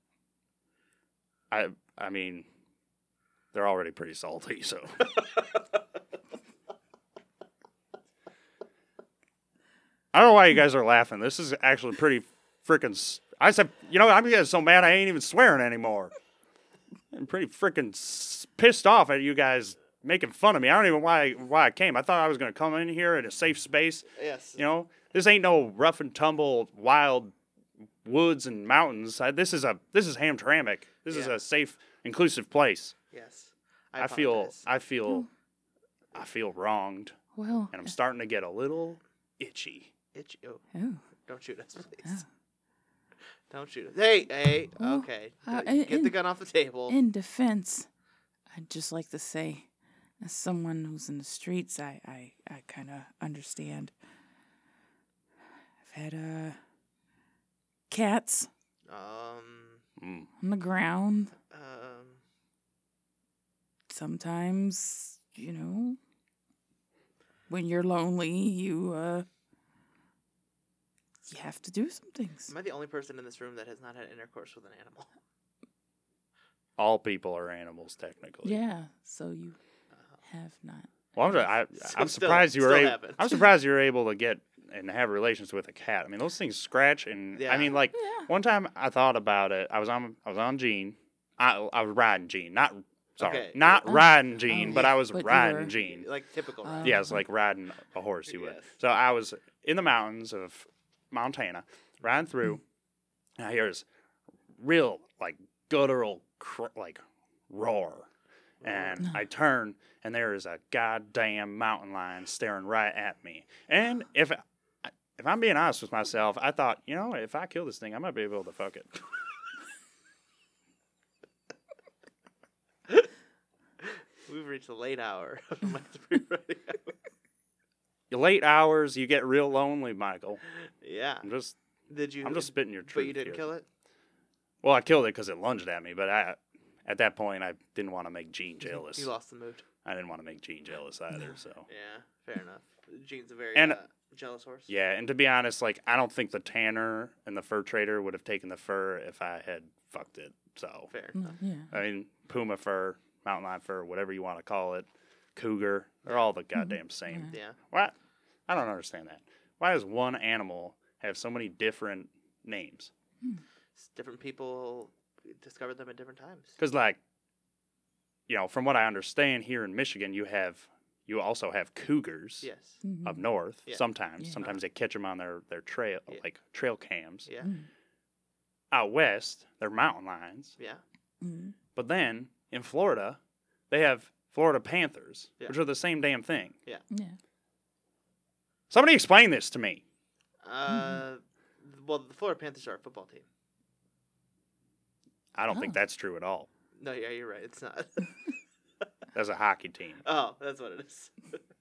Speaker 4: I I mean, they're already pretty salty, so I don't know why you guys are laughing. This is actually pretty freaking. s- I said, you know, I'm getting so mad I ain't even swearing anymore. I'm pretty freaking s- pissed off at you guys making fun of me. I don't even why why I came. I thought I was gonna come in here in a safe space.
Speaker 2: Yes.
Speaker 4: You know, this ain't no rough and tumble wild woods and mountains. I, this is a this is Hamtramck. This is
Speaker 2: Yeah.
Speaker 4: a safe, inclusive place.
Speaker 2: Yes.
Speaker 4: I, feel
Speaker 2: apologize.
Speaker 4: I feel I feel wronged,
Speaker 3: Well,
Speaker 4: and I'm starting to get a little itchy.
Speaker 2: Itch- oh,
Speaker 3: oh,
Speaker 2: don't shoot us, please. Don't shoot us. Hey, hey.
Speaker 3: Oh,
Speaker 2: okay.
Speaker 3: uh,
Speaker 2: Don't-
Speaker 3: in-
Speaker 2: Get the
Speaker 3: in-
Speaker 2: gun off the table.
Speaker 3: in defense, I'd just like to say, as someone who's in the streets, I I, I kind of understand. I've had uh cats
Speaker 2: um.
Speaker 4: Mm.
Speaker 3: on the ground.
Speaker 2: Um.
Speaker 3: Sometimes, you know, when you're lonely, you uh you have to do some things.
Speaker 2: Am I the only person in this room that has not had intercourse with an animal?
Speaker 4: All people are animals, technically.
Speaker 3: Yeah, so you have not.
Speaker 4: Well, I'm, I,
Speaker 2: So
Speaker 4: I'm
Speaker 2: still-
Speaker 4: surprised you were.
Speaker 2: still
Speaker 4: able.
Speaker 2: happens.
Speaker 4: I'm surprised you were able to get and have relations with a cat. I mean, those things scratch, and
Speaker 2: Yeah.
Speaker 4: I mean, like
Speaker 3: Yeah.
Speaker 4: one time I thought about it. I was on. I was on Gene. I, I was riding Gene, not sorry,
Speaker 2: Okay.
Speaker 4: not
Speaker 3: Oh.
Speaker 4: riding Gene,
Speaker 3: Oh,
Speaker 4: but I was
Speaker 3: but you were-
Speaker 4: riding Gene.
Speaker 2: Like typical. right?
Speaker 3: Uh,
Speaker 4: Yeah, it's like riding a horse you would.
Speaker 2: Yes.
Speaker 4: So I was in the mountains of Montana, riding through,
Speaker 3: Mm-hmm.
Speaker 4: and I hear this real like guttural cr- like roar,
Speaker 3: uh,
Speaker 4: and I turn and there is a goddamn mountain lion staring right at me. And if I- if I'm being honest with myself, I thought you know if I kill this thing, I might be able to fuck it.
Speaker 2: We've reached the late hour of my three ready hour.
Speaker 4: Late hours, you get real lonely, Michael.
Speaker 2: Yeah.
Speaker 4: I'm just
Speaker 2: Did you?
Speaker 4: I'm just spitting your
Speaker 2: But
Speaker 4: truth.
Speaker 2: you didn't
Speaker 4: here.
Speaker 2: kill it.
Speaker 4: Well, I killed it because it lunged at me, but I, at that point, I didn't want to make Gene jealous.
Speaker 2: You lost the mood.
Speaker 4: I didn't want to make Gene jealous either. So
Speaker 2: Yeah. Fair enough. Gene's a very
Speaker 4: And-
Speaker 2: uh, jealous horse.
Speaker 4: yeah, and to be honest, like I don't think the tanner and the fur trader would have taken the fur if I had fucked it. So
Speaker 2: Fair
Speaker 3: Mm,
Speaker 2: enough.
Speaker 3: Yeah.
Speaker 4: I mean, puma fur, mountain lion fur, whatever you want to call it, cougar, they're all the goddamn same.
Speaker 2: Mm-hmm. Yeah.
Speaker 4: Why? I don't understand that. Why does one animal have so many different names?
Speaker 2: s- different people discovered them at different times.
Speaker 4: Because, like, you know, from what I understand, here in Michigan, you have you also have cougars
Speaker 2: Yes.
Speaker 3: Mhm.
Speaker 4: up north.
Speaker 2: Mm-hmm. Yeah.
Speaker 4: Sometimes,
Speaker 3: Yeah.
Speaker 4: sometimes they catch them on their their trail,
Speaker 2: Yeah.
Speaker 4: like trail cams.
Speaker 2: Yeah.
Speaker 3: Mm,
Speaker 4: Out west, they're mountain lions.
Speaker 2: Yeah.
Speaker 3: mm.
Speaker 4: But then in Florida, they have Florida panthers,
Speaker 2: Yeah.
Speaker 4: which are the same damn thing.
Speaker 3: Yeah.
Speaker 4: Somebody explain this to me.
Speaker 2: Uh, th- well, the Florida Panthers are a football team.
Speaker 4: I don't think
Speaker 3: Oh.
Speaker 4: that's true at all.
Speaker 2: No, yeah, you're right. It's not.
Speaker 4: That's a hockey team.
Speaker 2: oh, that's what it is.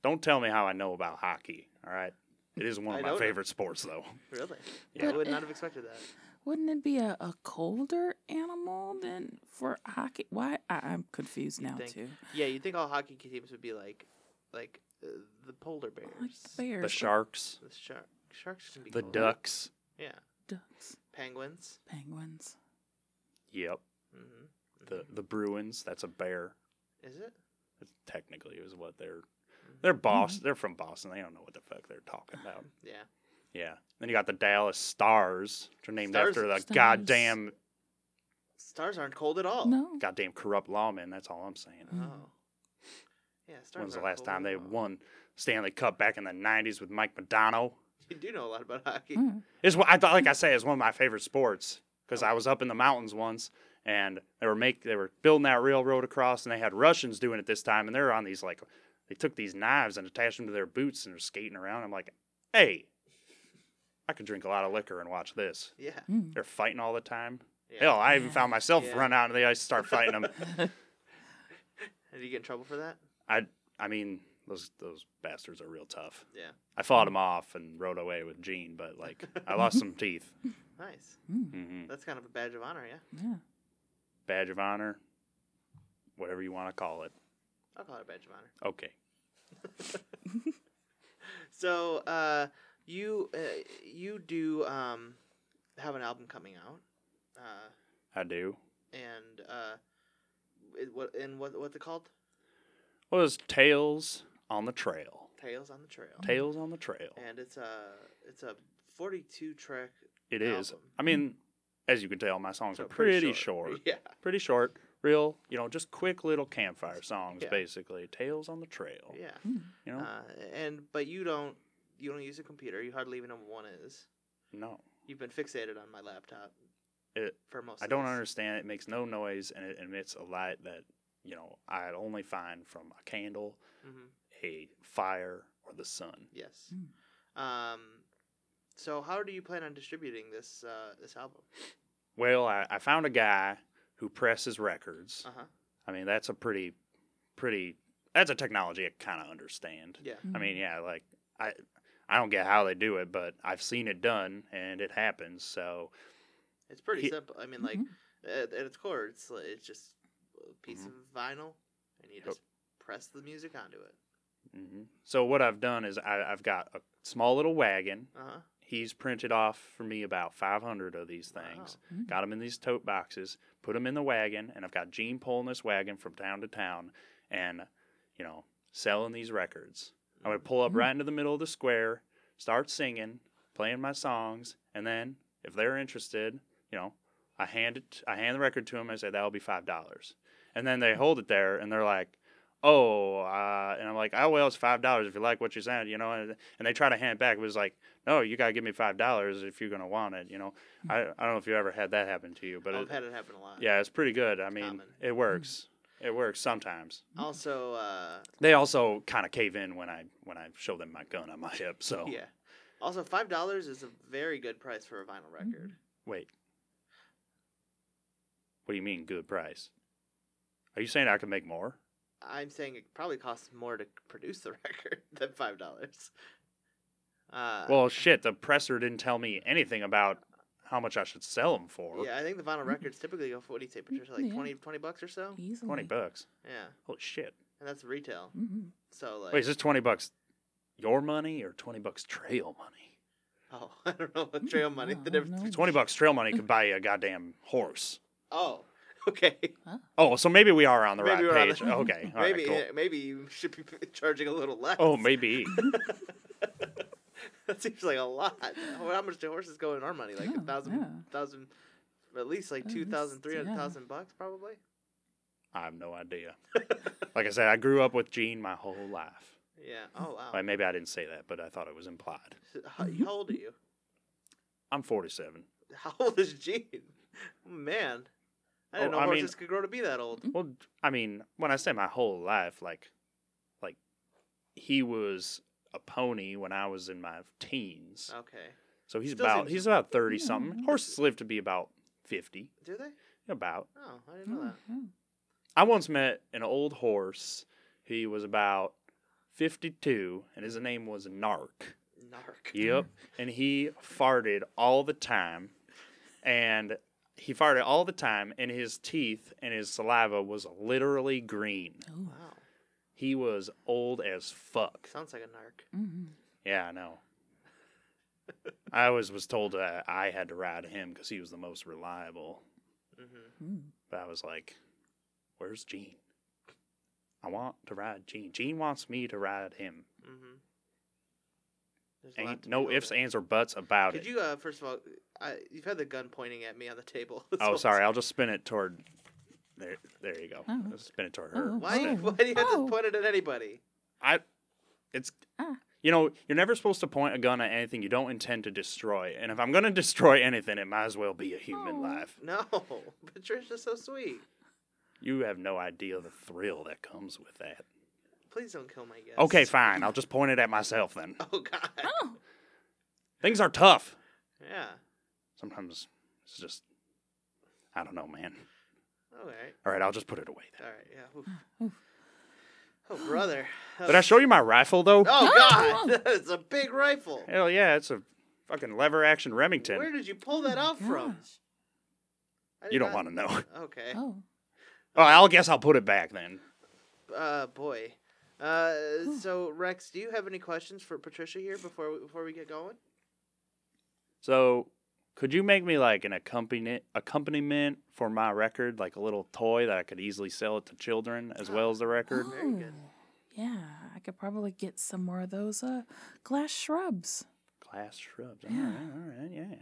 Speaker 4: Don't tell me how I know about hockey. All right. It is one
Speaker 2: I
Speaker 4: of
Speaker 2: don't
Speaker 4: my
Speaker 2: know.
Speaker 4: favorite sports, though.
Speaker 2: Really?
Speaker 4: Yeah.
Speaker 2: I would not have expected that.
Speaker 3: Wouldn't it be a, a colder animal than for hockey? Why I, I'm confused now
Speaker 2: think
Speaker 3: too.
Speaker 2: Yeah, you'd think all hockey teams would be like, like uh, the polar bears,
Speaker 3: Like the bears,
Speaker 4: The sharks,
Speaker 2: the shark, sharks can be
Speaker 4: the
Speaker 2: cool.
Speaker 4: ducks.
Speaker 2: Yeah,
Speaker 3: ducks,
Speaker 2: penguins.
Speaker 3: penguins.
Speaker 4: Yep.
Speaker 2: hmm
Speaker 4: The the Bruins. That's a bear.
Speaker 2: Mm-hmm. Is it?
Speaker 4: That's technically is what they're they're
Speaker 3: Mm-hmm.
Speaker 4: boss. They're from Boston. They don't know what the fuck they're talking about.
Speaker 2: Yeah.
Speaker 4: Yeah. Then you got the Dallas Stars, which are named
Speaker 2: Stars-
Speaker 4: after the
Speaker 3: Stars.
Speaker 4: goddamn
Speaker 2: Stars aren't cold at all.
Speaker 3: No,
Speaker 4: goddamn corrupt lawmen. That's all I'm saying.
Speaker 3: Mm-hmm.
Speaker 2: Oh. Yeah. Stars.
Speaker 4: Mm-hmm. When's the
Speaker 2: aren't
Speaker 4: last
Speaker 2: cold
Speaker 4: time
Speaker 2: at
Speaker 4: they
Speaker 2: all.
Speaker 4: won Stanley Cup back in the '90s with Mike Madonna?
Speaker 2: You do know a lot about hockey.
Speaker 3: Mm.
Speaker 4: It's what I thought. Like I say, it's one of my favorite sports because I was up in the mountains once, and they were make they were building that railroad across, and they had Russians doing it this time, and they're on these like they took these knives and attached them to their boots and are skating around. I'm like, hey, I could drink a lot of liquor and watch this.
Speaker 2: Yeah.
Speaker 3: Mm.
Speaker 4: They're fighting all the time.
Speaker 2: Yeah.
Speaker 4: Hell, I even found myself
Speaker 2: Yeah.
Speaker 4: run out on the ice, start fighting them.
Speaker 2: Did you get in trouble for that?
Speaker 4: I I mean those those bastards are real tough.
Speaker 2: Yeah.
Speaker 4: I fought them off and rode away with Gene, but like I lost some teeth.
Speaker 2: Nice.
Speaker 4: hmm
Speaker 2: That's kind of a badge of honor, yeah.
Speaker 3: yeah.
Speaker 4: badge of honor, whatever you want to call it.
Speaker 2: I'll call her badge of honor.
Speaker 4: Okay.
Speaker 2: So uh, you uh, you do um, have an album coming out, uh,
Speaker 4: I do.
Speaker 2: and uh, it, what and what what's it called?
Speaker 4: Well, it's Tales on the Trail.
Speaker 2: Tales on the Trail.
Speaker 4: Tales on the Trail.
Speaker 2: And it's a it's a forty two track.
Speaker 4: It is.
Speaker 2: album.
Speaker 4: I mean, as you can tell, my songs
Speaker 2: so
Speaker 4: are pretty short.
Speaker 2: Yeah.
Speaker 4: Pretty short. Real, you know, just quick little campfire songs,
Speaker 2: Yeah.
Speaker 4: basically. Tales on the Trail.
Speaker 2: Yeah.
Speaker 3: Mm,
Speaker 4: You know?
Speaker 2: Uh, and but you don't you don't use a computer. You hardly even know what one is.
Speaker 4: no.
Speaker 2: You've been fixated on my laptop
Speaker 4: It,
Speaker 2: for most.
Speaker 4: I
Speaker 2: of
Speaker 4: don't
Speaker 2: this.
Speaker 4: understand. It makes no noise and it emits a light that, you know, I'd only find from a candle,
Speaker 2: Mhm.
Speaker 4: a fire, or the sun.
Speaker 2: Yes.
Speaker 3: Mm.
Speaker 2: Um, so how do you plan on distributing this uh, this album?
Speaker 4: Well, I, I found a guy who presses records.
Speaker 2: Uh huh.
Speaker 4: I mean, that's a pretty, pretty, that's a technology I kind of understand.
Speaker 2: Yeah.
Speaker 4: I
Speaker 3: mm.
Speaker 4: mean, yeah, like I I don't get how they do it, but I've seen it done and it happens. So
Speaker 2: It's pretty
Speaker 4: He-
Speaker 2: simple. I mean, like
Speaker 3: Mm-hmm,
Speaker 2: at, at its core, it's li- it's just a piece
Speaker 4: Mhm.
Speaker 2: of vinyl, and you
Speaker 4: Yep.
Speaker 2: just press the music onto it.
Speaker 4: mhm. so what I've done is I, I've got a small little wagon.
Speaker 2: Uh huh.
Speaker 4: He's printed off for me about 500 of these things.
Speaker 3: mm-hmm.
Speaker 4: Got 'em Got them in these tote boxes, put them in the wagon, and I've got Gene pulling this wagon from town to town, and you know selling these records. I would pull
Speaker 2: Mm-hmm.
Speaker 4: up right into the middle of the square, start singing, playing my songs, and then if they're interested, you know, I hand it, I hand the record to them. I say that'll be five dollars, and then they hold it there, and they're like, "Oh," uh, and I'm like, "Oh well, it's five dollars if you like what you sent," you know, and, and they try to hand it back. It was like, "No, you gotta give me five dollars if you're gonna want it," you know. I, I don't know if you ever had that happen to you, but
Speaker 2: Mm-hmm. I've
Speaker 4: it-
Speaker 2: had it happen a lot.
Speaker 4: yeah, it's pretty good. I mean,
Speaker 2: common. Mm-hmm.
Speaker 4: it works. It works sometimes.
Speaker 2: Also, uh,
Speaker 4: They also kind of cave in when I when I show them my gun on my hip. So
Speaker 2: yeah. Also, five dollars is a very good price for a vinyl record.
Speaker 4: wait, what do you mean good price? Are you saying I can make more?
Speaker 2: I'm saying it probably costs more to produce the record than five dollars. Uh,
Speaker 4: well, shit, the presser didn't tell me anything about how much I should sell them for.
Speaker 2: yeah, I think the vinyl records typically go for what do you say, Patricia, like
Speaker 3: Yeah.
Speaker 2: twenty, twenty 20, 20 bucks or so.
Speaker 3: Easily.
Speaker 4: twenty bucks.
Speaker 2: Yeah,
Speaker 4: Holy shit!
Speaker 2: and that's retail.
Speaker 3: Mm-hmm.
Speaker 2: So like,
Speaker 4: Wait, is this twenty bucks your money or twenty bucks trail money?
Speaker 2: oh, I don't know, what trail money.
Speaker 3: I
Speaker 2: The
Speaker 3: don't
Speaker 2: difference.
Speaker 3: know.
Speaker 4: Twenty bucks trail money could buy you a goddamn horse.
Speaker 2: Oh, okay.
Speaker 4: Oh, so maybe we are on the
Speaker 2: Maybe we're on
Speaker 4: right
Speaker 2: the-
Speaker 4: page. Okay, all right,
Speaker 2: maybe
Speaker 4: cool.
Speaker 2: yeah, maybe you should be charging a little less.
Speaker 4: Oh, maybe.
Speaker 2: that seems like a lot. How how much do horses go in our money? Like a
Speaker 3: Yeah,
Speaker 2: thousand,
Speaker 3: yeah.
Speaker 2: thousand, at least like
Speaker 3: At
Speaker 2: two thousand,
Speaker 3: least,
Speaker 2: three hundred
Speaker 3: yeah.
Speaker 2: thousand bucks probably.
Speaker 4: I have no idea. Like I said, I grew up with Gene my whole life.
Speaker 2: Yeah. Oh wow.
Speaker 4: Like, maybe I didn't say that, but I thought it was implied.
Speaker 2: How, how old are you?
Speaker 4: I'm 47.
Speaker 2: How old is Gene? Man, I didn't
Speaker 4: Oh,
Speaker 2: know
Speaker 4: I mean-
Speaker 2: horses could grow to be that old.
Speaker 4: Well, I mean, when I say my whole life, like, like he was a pony when I was in my teens.
Speaker 2: Okay.
Speaker 4: So he's
Speaker 2: Oh. Still
Speaker 4: about
Speaker 2: seems-
Speaker 4: he's about 30
Speaker 3: Yeah,
Speaker 4: something.
Speaker 3: yeah.
Speaker 4: Horses live to be about 50.
Speaker 2: Do they?
Speaker 4: About.
Speaker 2: Oh, I didn't
Speaker 4: Hmm.
Speaker 2: know that.
Speaker 4: I once met an old horse. He was about 52, and his name was Nark.
Speaker 2: Narc.
Speaker 4: Yep. And he farted all the time. And he farted all the time, and his teeth and his saliva was literally green.
Speaker 3: oh.
Speaker 2: Wow.
Speaker 4: He was old as fuck.
Speaker 2: Sounds like a narc.
Speaker 3: Mm-hmm.
Speaker 4: Yeah, I know. I always was told that I had to ride him because he was the most reliable.
Speaker 2: Mm-hmm.
Speaker 4: But I was like, where's Gene? I want to ride Gene. Gene wants me to ride him.
Speaker 2: Mm-hmm. There's a lot
Speaker 4: Ain't
Speaker 2: to
Speaker 4: no
Speaker 2: be
Speaker 4: ifs,
Speaker 2: over.
Speaker 4: ands, or buts about
Speaker 2: Could
Speaker 4: it.
Speaker 2: you, uh, first of all, I, you've had the gun pointing at me on the table. this
Speaker 4: Oh,
Speaker 2: whole
Speaker 4: sorry.
Speaker 2: time.
Speaker 4: I'll just spin it toward. There, there you go.
Speaker 3: Oh.
Speaker 4: I'll spin it toward her.
Speaker 3: Oh.
Speaker 2: Why,
Speaker 4: instead.
Speaker 2: why do you have
Speaker 3: Oh.
Speaker 2: to point it at anybody?
Speaker 4: I, it's.
Speaker 3: Ah.
Speaker 4: You know, you're never supposed to point a gun at anything you don't intend to destroy. And if I'm going to destroy anything, it might as well be a human
Speaker 3: Oh.
Speaker 4: life.
Speaker 2: No, Patricia's so sweet.
Speaker 4: You have no idea the thrill that comes with that.
Speaker 2: Please don't kill my guest.
Speaker 4: Okay, fine. I'll just point it at myself then.
Speaker 2: Oh God.
Speaker 3: Oh.
Speaker 4: Things are tough.
Speaker 2: Yeah.
Speaker 4: Sometimes it's just. I don't know, man.
Speaker 2: All right.
Speaker 4: All right, I'll just put it away then.
Speaker 2: All right. Yeah. Oof. Oh brother. That
Speaker 4: Did I
Speaker 2: was-
Speaker 4: show you my rifle, though?
Speaker 2: Oh God. That's a big rifle.
Speaker 4: Hell yeah, it's a fucking lever action Remington.
Speaker 2: Where did you pull that out from? I did
Speaker 4: you don't
Speaker 2: not-
Speaker 4: want to know.
Speaker 2: Okay.
Speaker 3: Oh.
Speaker 4: Oh, I'll guess I'll put it back then.
Speaker 2: uh, boy. Uh, so Rex, do you have any questions for Patricia here before we, before we get going?
Speaker 4: So, could you make me like an accompaniment accompaniment for my record, like a little toy that I could easily sell it to children as well as the record?
Speaker 2: Very good.
Speaker 3: Oh, Yeah, I could probably get some more of those uh, glass shrubs.
Speaker 4: Class shrubs.
Speaker 3: Yeah.
Speaker 4: All right, all right, yeah.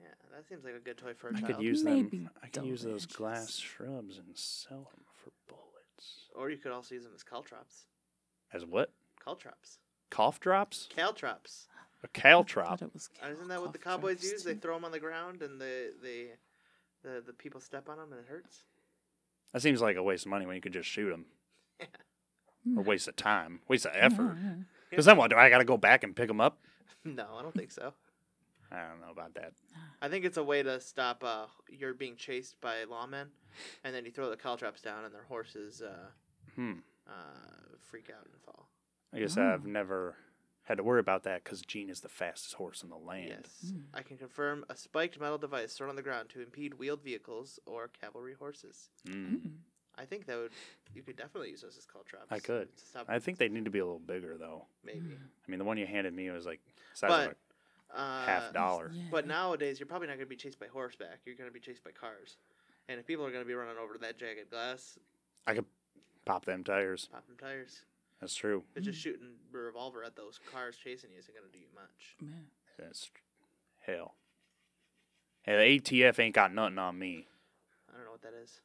Speaker 2: Yeah, that seems like a good toy for a
Speaker 4: I
Speaker 2: child.
Speaker 4: could use
Speaker 3: Maybe
Speaker 4: them. I could use
Speaker 3: double
Speaker 4: those
Speaker 3: edges.
Speaker 4: glass shrubs and sell them for bullets.
Speaker 2: or you could also use them as caltrops.
Speaker 4: As what?
Speaker 2: Caltrops.
Speaker 4: Cough drops?
Speaker 2: Caltrops.
Speaker 4: A
Speaker 3: Thought
Speaker 4: caltrop.
Speaker 3: it was
Speaker 2: Uh, Isn't that what the
Speaker 3: cough
Speaker 2: cowboys
Speaker 3: drops,
Speaker 2: use? They
Speaker 3: too.
Speaker 2: throw them on the ground and the the the, the people step on them and it hurts.
Speaker 4: That seems like a waste of money when you could just shoot them. Or waste of time, waste of
Speaker 3: Mm.
Speaker 4: effort.
Speaker 3: Yeah,
Speaker 4: Because then what? Do I got to go back and pick them up?
Speaker 2: no, I don't think so.
Speaker 4: I don't know about that.
Speaker 2: I think it's a way to stop uh, you're being chased by lawmen, and then you throw the caltrops down and their horses uh,
Speaker 4: Hmm.
Speaker 2: uh, freak out and fall.
Speaker 4: I
Speaker 2: Oh.
Speaker 4: guess I've never had to worry about that because Gene is the fastest horse in the land.
Speaker 2: Yes, I can confirm a spiked metal device thrown on the ground to impede wheeled vehicles or cavalry horses.
Speaker 4: Mm.
Speaker 3: Mm-hmm.
Speaker 2: I think that would you could definitely use those as caltrops.
Speaker 4: I could.
Speaker 2: to stop
Speaker 4: I think they need to be a little bigger though.
Speaker 2: maybe,
Speaker 4: I mean, the one you handed me was like size of
Speaker 2: but
Speaker 4: a
Speaker 2: uh,
Speaker 4: half dollar.
Speaker 3: yeah.
Speaker 2: But nowadays, you're probably not going to be chased by horseback. You're going to be chased by cars. And if people are going to be running over that jagged glass,
Speaker 4: I could pop them tires.
Speaker 2: pop them tires.
Speaker 4: That's true.
Speaker 2: But just shooting a revolver at those cars chasing you isn't going to do you much.
Speaker 3: yeah.
Speaker 4: That's tr- hell. Hey, the ATF ain't got nothing on me.
Speaker 2: I don't know what that is.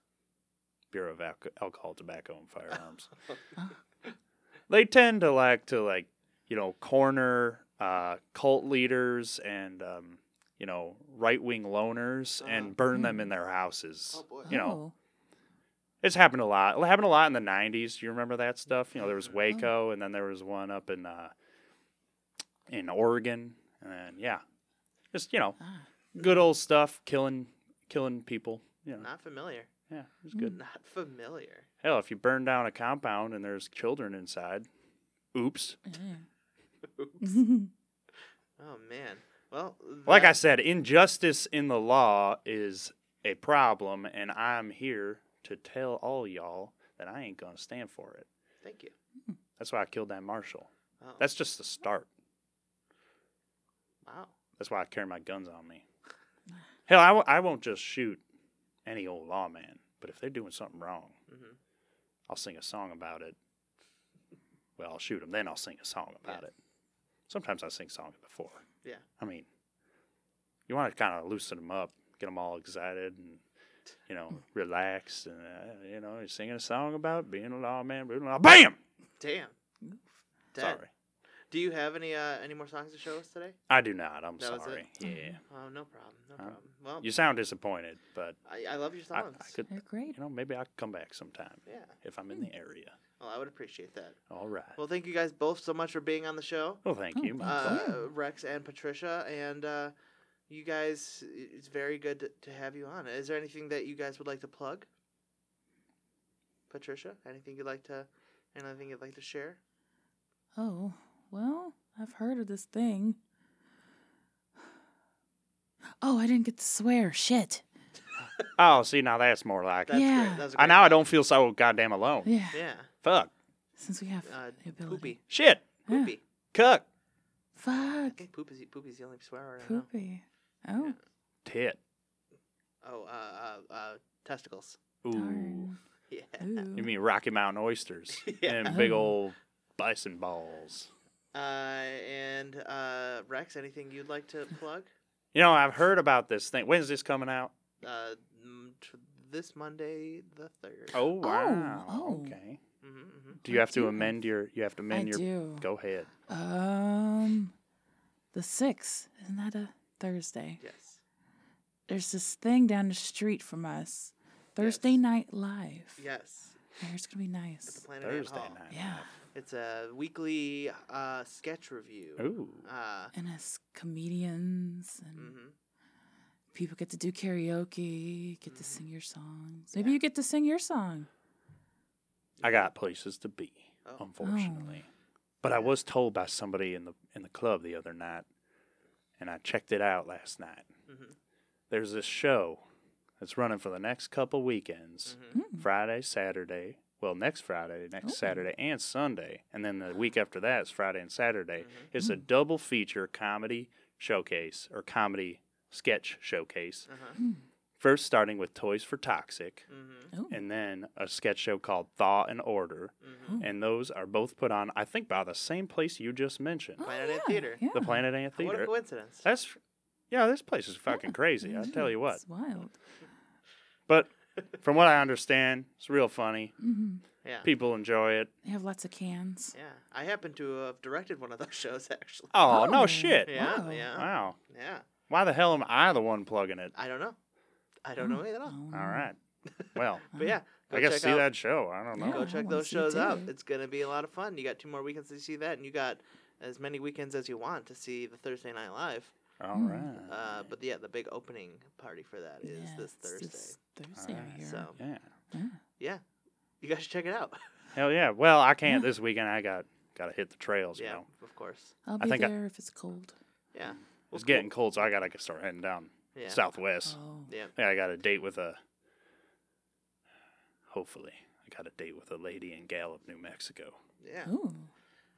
Speaker 4: Bureau of Alco- Alcohol, Tobacco, and Firearms.
Speaker 3: Ah.
Speaker 4: they tend to like to like you know corner uh, cult leaders and um, you know right wing loners
Speaker 2: Uh-huh.
Speaker 4: and burn them in their houses.
Speaker 2: Oh, boy.
Speaker 4: You know,
Speaker 3: Oh.
Speaker 4: It's happened a lot. It happened a lot in the '90s. You remember that stuff? You know, there was Waco, and then there was one up in uh, in Oregon, and then, yeah, just you know,
Speaker 3: Ah.
Speaker 4: good old stuff, killing killing people. You know,
Speaker 2: Not familiar.
Speaker 4: yeah, it's good.
Speaker 2: Not familiar.
Speaker 4: Hell, if you burn down a compound and there's children inside, oops.
Speaker 3: Yeah.
Speaker 2: Oh, man. Well,
Speaker 4: Like I
Speaker 2: that-
Speaker 4: said, injustice in the law is a problem, and I'm here to tell all y'all that I ain't gonna stand for it.
Speaker 2: Thank you.
Speaker 4: That's why I killed that marshal.
Speaker 2: Oh,
Speaker 4: That's just the start.
Speaker 2: wow.
Speaker 4: That's why I carry my guns on me. Hell, I w- I won't just shoot any old lawman, but if they're doing something wrong,
Speaker 2: Mhm.
Speaker 4: I'll sing a song about it. Well, I'll shoot them, then I'll sing a song about
Speaker 2: Yeah.
Speaker 4: it. Sometimes I sing songs before.
Speaker 2: Yeah.
Speaker 4: I mean, you want to kind of loosen them up, get them all excited and, you know, relaxed. And, uh, you know, you're singing a song about being a lawman. Being a law- BAM!
Speaker 2: Damn. Dead.
Speaker 4: Sorry.
Speaker 2: Do you have any uh, any more songs to show us today?
Speaker 4: I do not. I'm
Speaker 2: That was it?
Speaker 4: sorry. Yeah.
Speaker 2: Oh, no problem. No
Speaker 4: Huh?
Speaker 2: problem. Well,
Speaker 4: Um, You sound disappointed, but
Speaker 2: I, I love your
Speaker 4: I, I
Speaker 2: songs.
Speaker 4: could
Speaker 3: They're great.
Speaker 4: you know, maybe I'll come back sometime
Speaker 2: Yeah.
Speaker 4: if I'm in
Speaker 3: Hmm.
Speaker 4: the area.
Speaker 2: Well, I would appreciate that.
Speaker 4: All right. Well,
Speaker 2: Well, thank you guys both so much for being on the show.
Speaker 4: thank
Speaker 3: Oh,
Speaker 4: you. my
Speaker 2: uh,
Speaker 4: fault.
Speaker 2: Rex and Patricia, and uh, you guys. It's very good to, to have you on. Is there anything that you guys would like to plug? Patricia, anything you'd like to, anything you'd like to share?
Speaker 3: Oh, well, I've heard of this thing. Oh, I didn't get to swear. Shit.
Speaker 4: Oh, see, now that's more like
Speaker 2: That's
Speaker 4: it.
Speaker 3: Yeah.
Speaker 2: great. That's
Speaker 4: I now I don't feel so goddamn alone.
Speaker 3: Yeah.
Speaker 2: Yeah.
Speaker 4: Fuck.
Speaker 3: Since we have
Speaker 2: Uh,
Speaker 3: the ability.
Speaker 2: poopy.
Speaker 4: Shit.
Speaker 3: Yeah.
Speaker 2: Poopy.
Speaker 4: Cuck.
Speaker 2: I
Speaker 3: Fuck.
Speaker 2: think poopy's poopy's the only swear word I know.
Speaker 3: Poopy. Oh,
Speaker 4: Tit.
Speaker 2: Oh, uh, uh, uh, testicles.
Speaker 4: Ooh.
Speaker 3: Oh, darn.
Speaker 2: Yeah.
Speaker 3: Ooh.
Speaker 4: You mean Rocky Mountain oysters
Speaker 2: Yeah.
Speaker 4: and big
Speaker 3: Oh.
Speaker 4: old bison balls.
Speaker 2: Uh, and uh, Rex, anything you'd like to plug?
Speaker 4: You know, I've heard about this thing. When's this coming out?
Speaker 2: Uh, m- t- this Monday the third.
Speaker 4: Oh, wow.
Speaker 3: oh.
Speaker 4: Okay.
Speaker 2: hmm hmm
Speaker 4: Do you have
Speaker 3: do
Speaker 4: to
Speaker 3: have-
Speaker 4: amend your you have to
Speaker 3: I
Speaker 4: amend your
Speaker 3: do.
Speaker 4: go ahead.
Speaker 3: Um, the 6th. Isn't that a Thursday?
Speaker 2: Yes.
Speaker 3: There's this thing down the street from us. Thursday
Speaker 2: Yes.
Speaker 3: Night Live.
Speaker 2: Yes.
Speaker 3: There's going to be nice.
Speaker 2: The Planet Ant
Speaker 4: Thursday
Speaker 2: Hall.
Speaker 4: night.
Speaker 3: Yeah.
Speaker 2: It's a weekly uh, sketch review.
Speaker 4: Ooh.
Speaker 2: Uh,
Speaker 3: And as comedians and
Speaker 2: hmm
Speaker 3: people get to do karaoke, get to
Speaker 2: Mm-hmm.
Speaker 3: sing your songs. Maybe you get to sing your song.
Speaker 4: I got places to be,
Speaker 2: Oh.
Speaker 4: unfortunately. But I was told by somebody in the in the club the other night, and I checked it out last night.
Speaker 2: Mhm. mm-hmm,
Speaker 3: Mm-hmm. Hmm.
Speaker 4: There's this show that's running for the next couple weekends, Friday, Saturday, well, next Friday, next Saturday, and Sunday, and then the week after that is Friday and Saturday. It's a double feature comedy showcase or comedy sketch showcase. First, starting with Toys for Toxic,
Speaker 2: mm-hmm.
Speaker 3: Oh.
Speaker 4: and then a sketch show called Thaw and Order, and those are both put on, I think, by the same place you just mentioned,
Speaker 2: Planet Ant Theater.
Speaker 3: Oh, Yeah.
Speaker 4: the Planet Ant
Speaker 2: What a
Speaker 4: Theater.
Speaker 2: coincidence.
Speaker 4: That's yeah, this place is fucking crazy. I tell you what.
Speaker 3: It's wild.
Speaker 4: But from what I understand, it's real funny.
Speaker 3: Mm-hmm.
Speaker 2: Yeah.
Speaker 4: People enjoy it.
Speaker 3: They have lots of cans.
Speaker 2: Yeah. I happen to have directed one of those shows, actually.
Speaker 4: Oh, no shit.
Speaker 2: yeah.
Speaker 3: wow.
Speaker 2: Yeah.
Speaker 4: Wow.
Speaker 2: Yeah.
Speaker 4: Why the hell am I the one plugging it?
Speaker 2: I don't know. I don't know at all.
Speaker 3: Oh,
Speaker 4: All right. Hmm. Well,
Speaker 2: But yeah. Go
Speaker 4: I guess
Speaker 2: check
Speaker 4: see
Speaker 2: out-
Speaker 4: that show. I don't know.
Speaker 2: Go
Speaker 3: Yeah, I
Speaker 2: check
Speaker 3: wanna
Speaker 2: those
Speaker 3: see it
Speaker 2: shows out.
Speaker 3: too.
Speaker 2: It's going to be a lot of fun. You got two more weekends to see that, and you got as many weekends as you want to see the Thursday Night Live.
Speaker 4: All right.
Speaker 2: Uh, but yeah, the big opening party for that is
Speaker 3: Yeah,
Speaker 2: this
Speaker 3: it's
Speaker 2: Thursday.
Speaker 3: Thursday
Speaker 4: Alright,
Speaker 3: here.
Speaker 2: So
Speaker 4: Yeah.
Speaker 2: yeah, you guys should check it out.
Speaker 4: Hell yeah. Well, I can't this weekend. I got got to hit the trails.
Speaker 2: yeah,
Speaker 4: You know,
Speaker 2: of course.
Speaker 3: I'll
Speaker 4: I
Speaker 3: be
Speaker 4: think I-
Speaker 3: there if it's cold.
Speaker 2: Yeah. Well,
Speaker 4: it's getting cold, so I gotta start heading down
Speaker 2: Yeah.
Speaker 4: southwest.
Speaker 3: Oh,
Speaker 2: Yeah.
Speaker 4: Yeah, I got a date with a. Hopefully, I got a date with a lady in Gallup, New Mexico.
Speaker 2: Yeah.
Speaker 3: Ooh.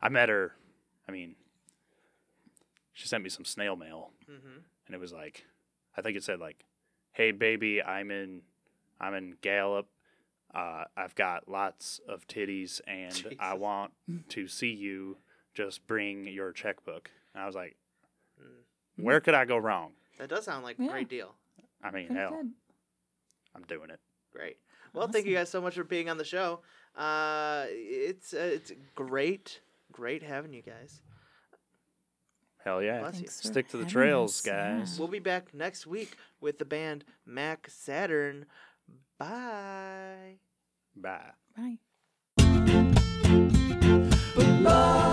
Speaker 4: I met her. I mean, she sent me some snail mail,
Speaker 2: Mm-hmm.
Speaker 4: and it was like, I think it said like, "Hey baby, I'm in, I'm in Gallup. Uh, I've got lots of titties, and I
Speaker 2: Jesus.
Speaker 4: want to see you. Just bring your checkbook." And I was like, "Where could I go wrong?
Speaker 2: Mm-hmm. That does sound like a
Speaker 3: Yeah.
Speaker 2: great deal.
Speaker 4: I mean,
Speaker 3: pretty
Speaker 4: hell,
Speaker 3: good.
Speaker 4: I'm doing it.
Speaker 2: Great. Well, thank you guys so much for being on the show. Uh, it's uh, it's great, great having you guys.
Speaker 4: Hell yeah."
Speaker 2: Bless you.
Speaker 3: Thanks for
Speaker 4: Stick to the
Speaker 3: having
Speaker 4: trails,
Speaker 3: us,
Speaker 4: guys.
Speaker 2: We'll be back next week with the band Mac Saturn. Bye.
Speaker 4: Bye.
Speaker 3: Yeah. Bye.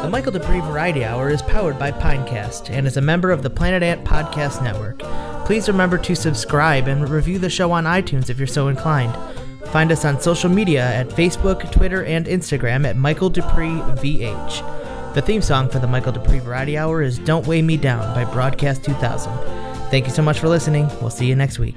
Speaker 5: The Michael Dupree Variety Hour is powered by Pinecast and is a member of the Planet Ant Podcast Network. Please remember to subscribe and review the show on iTunes if you're so inclined. Find us on social media at Facebook, Twitter, and Instagram at Michael Dupree VH. The theme song for the Michael Dupree Variety Hour is Don't Weigh Me Down by Broadcast 2000. Thank you so much for listening. We'll see you next week.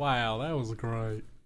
Speaker 6: Wow, that was great.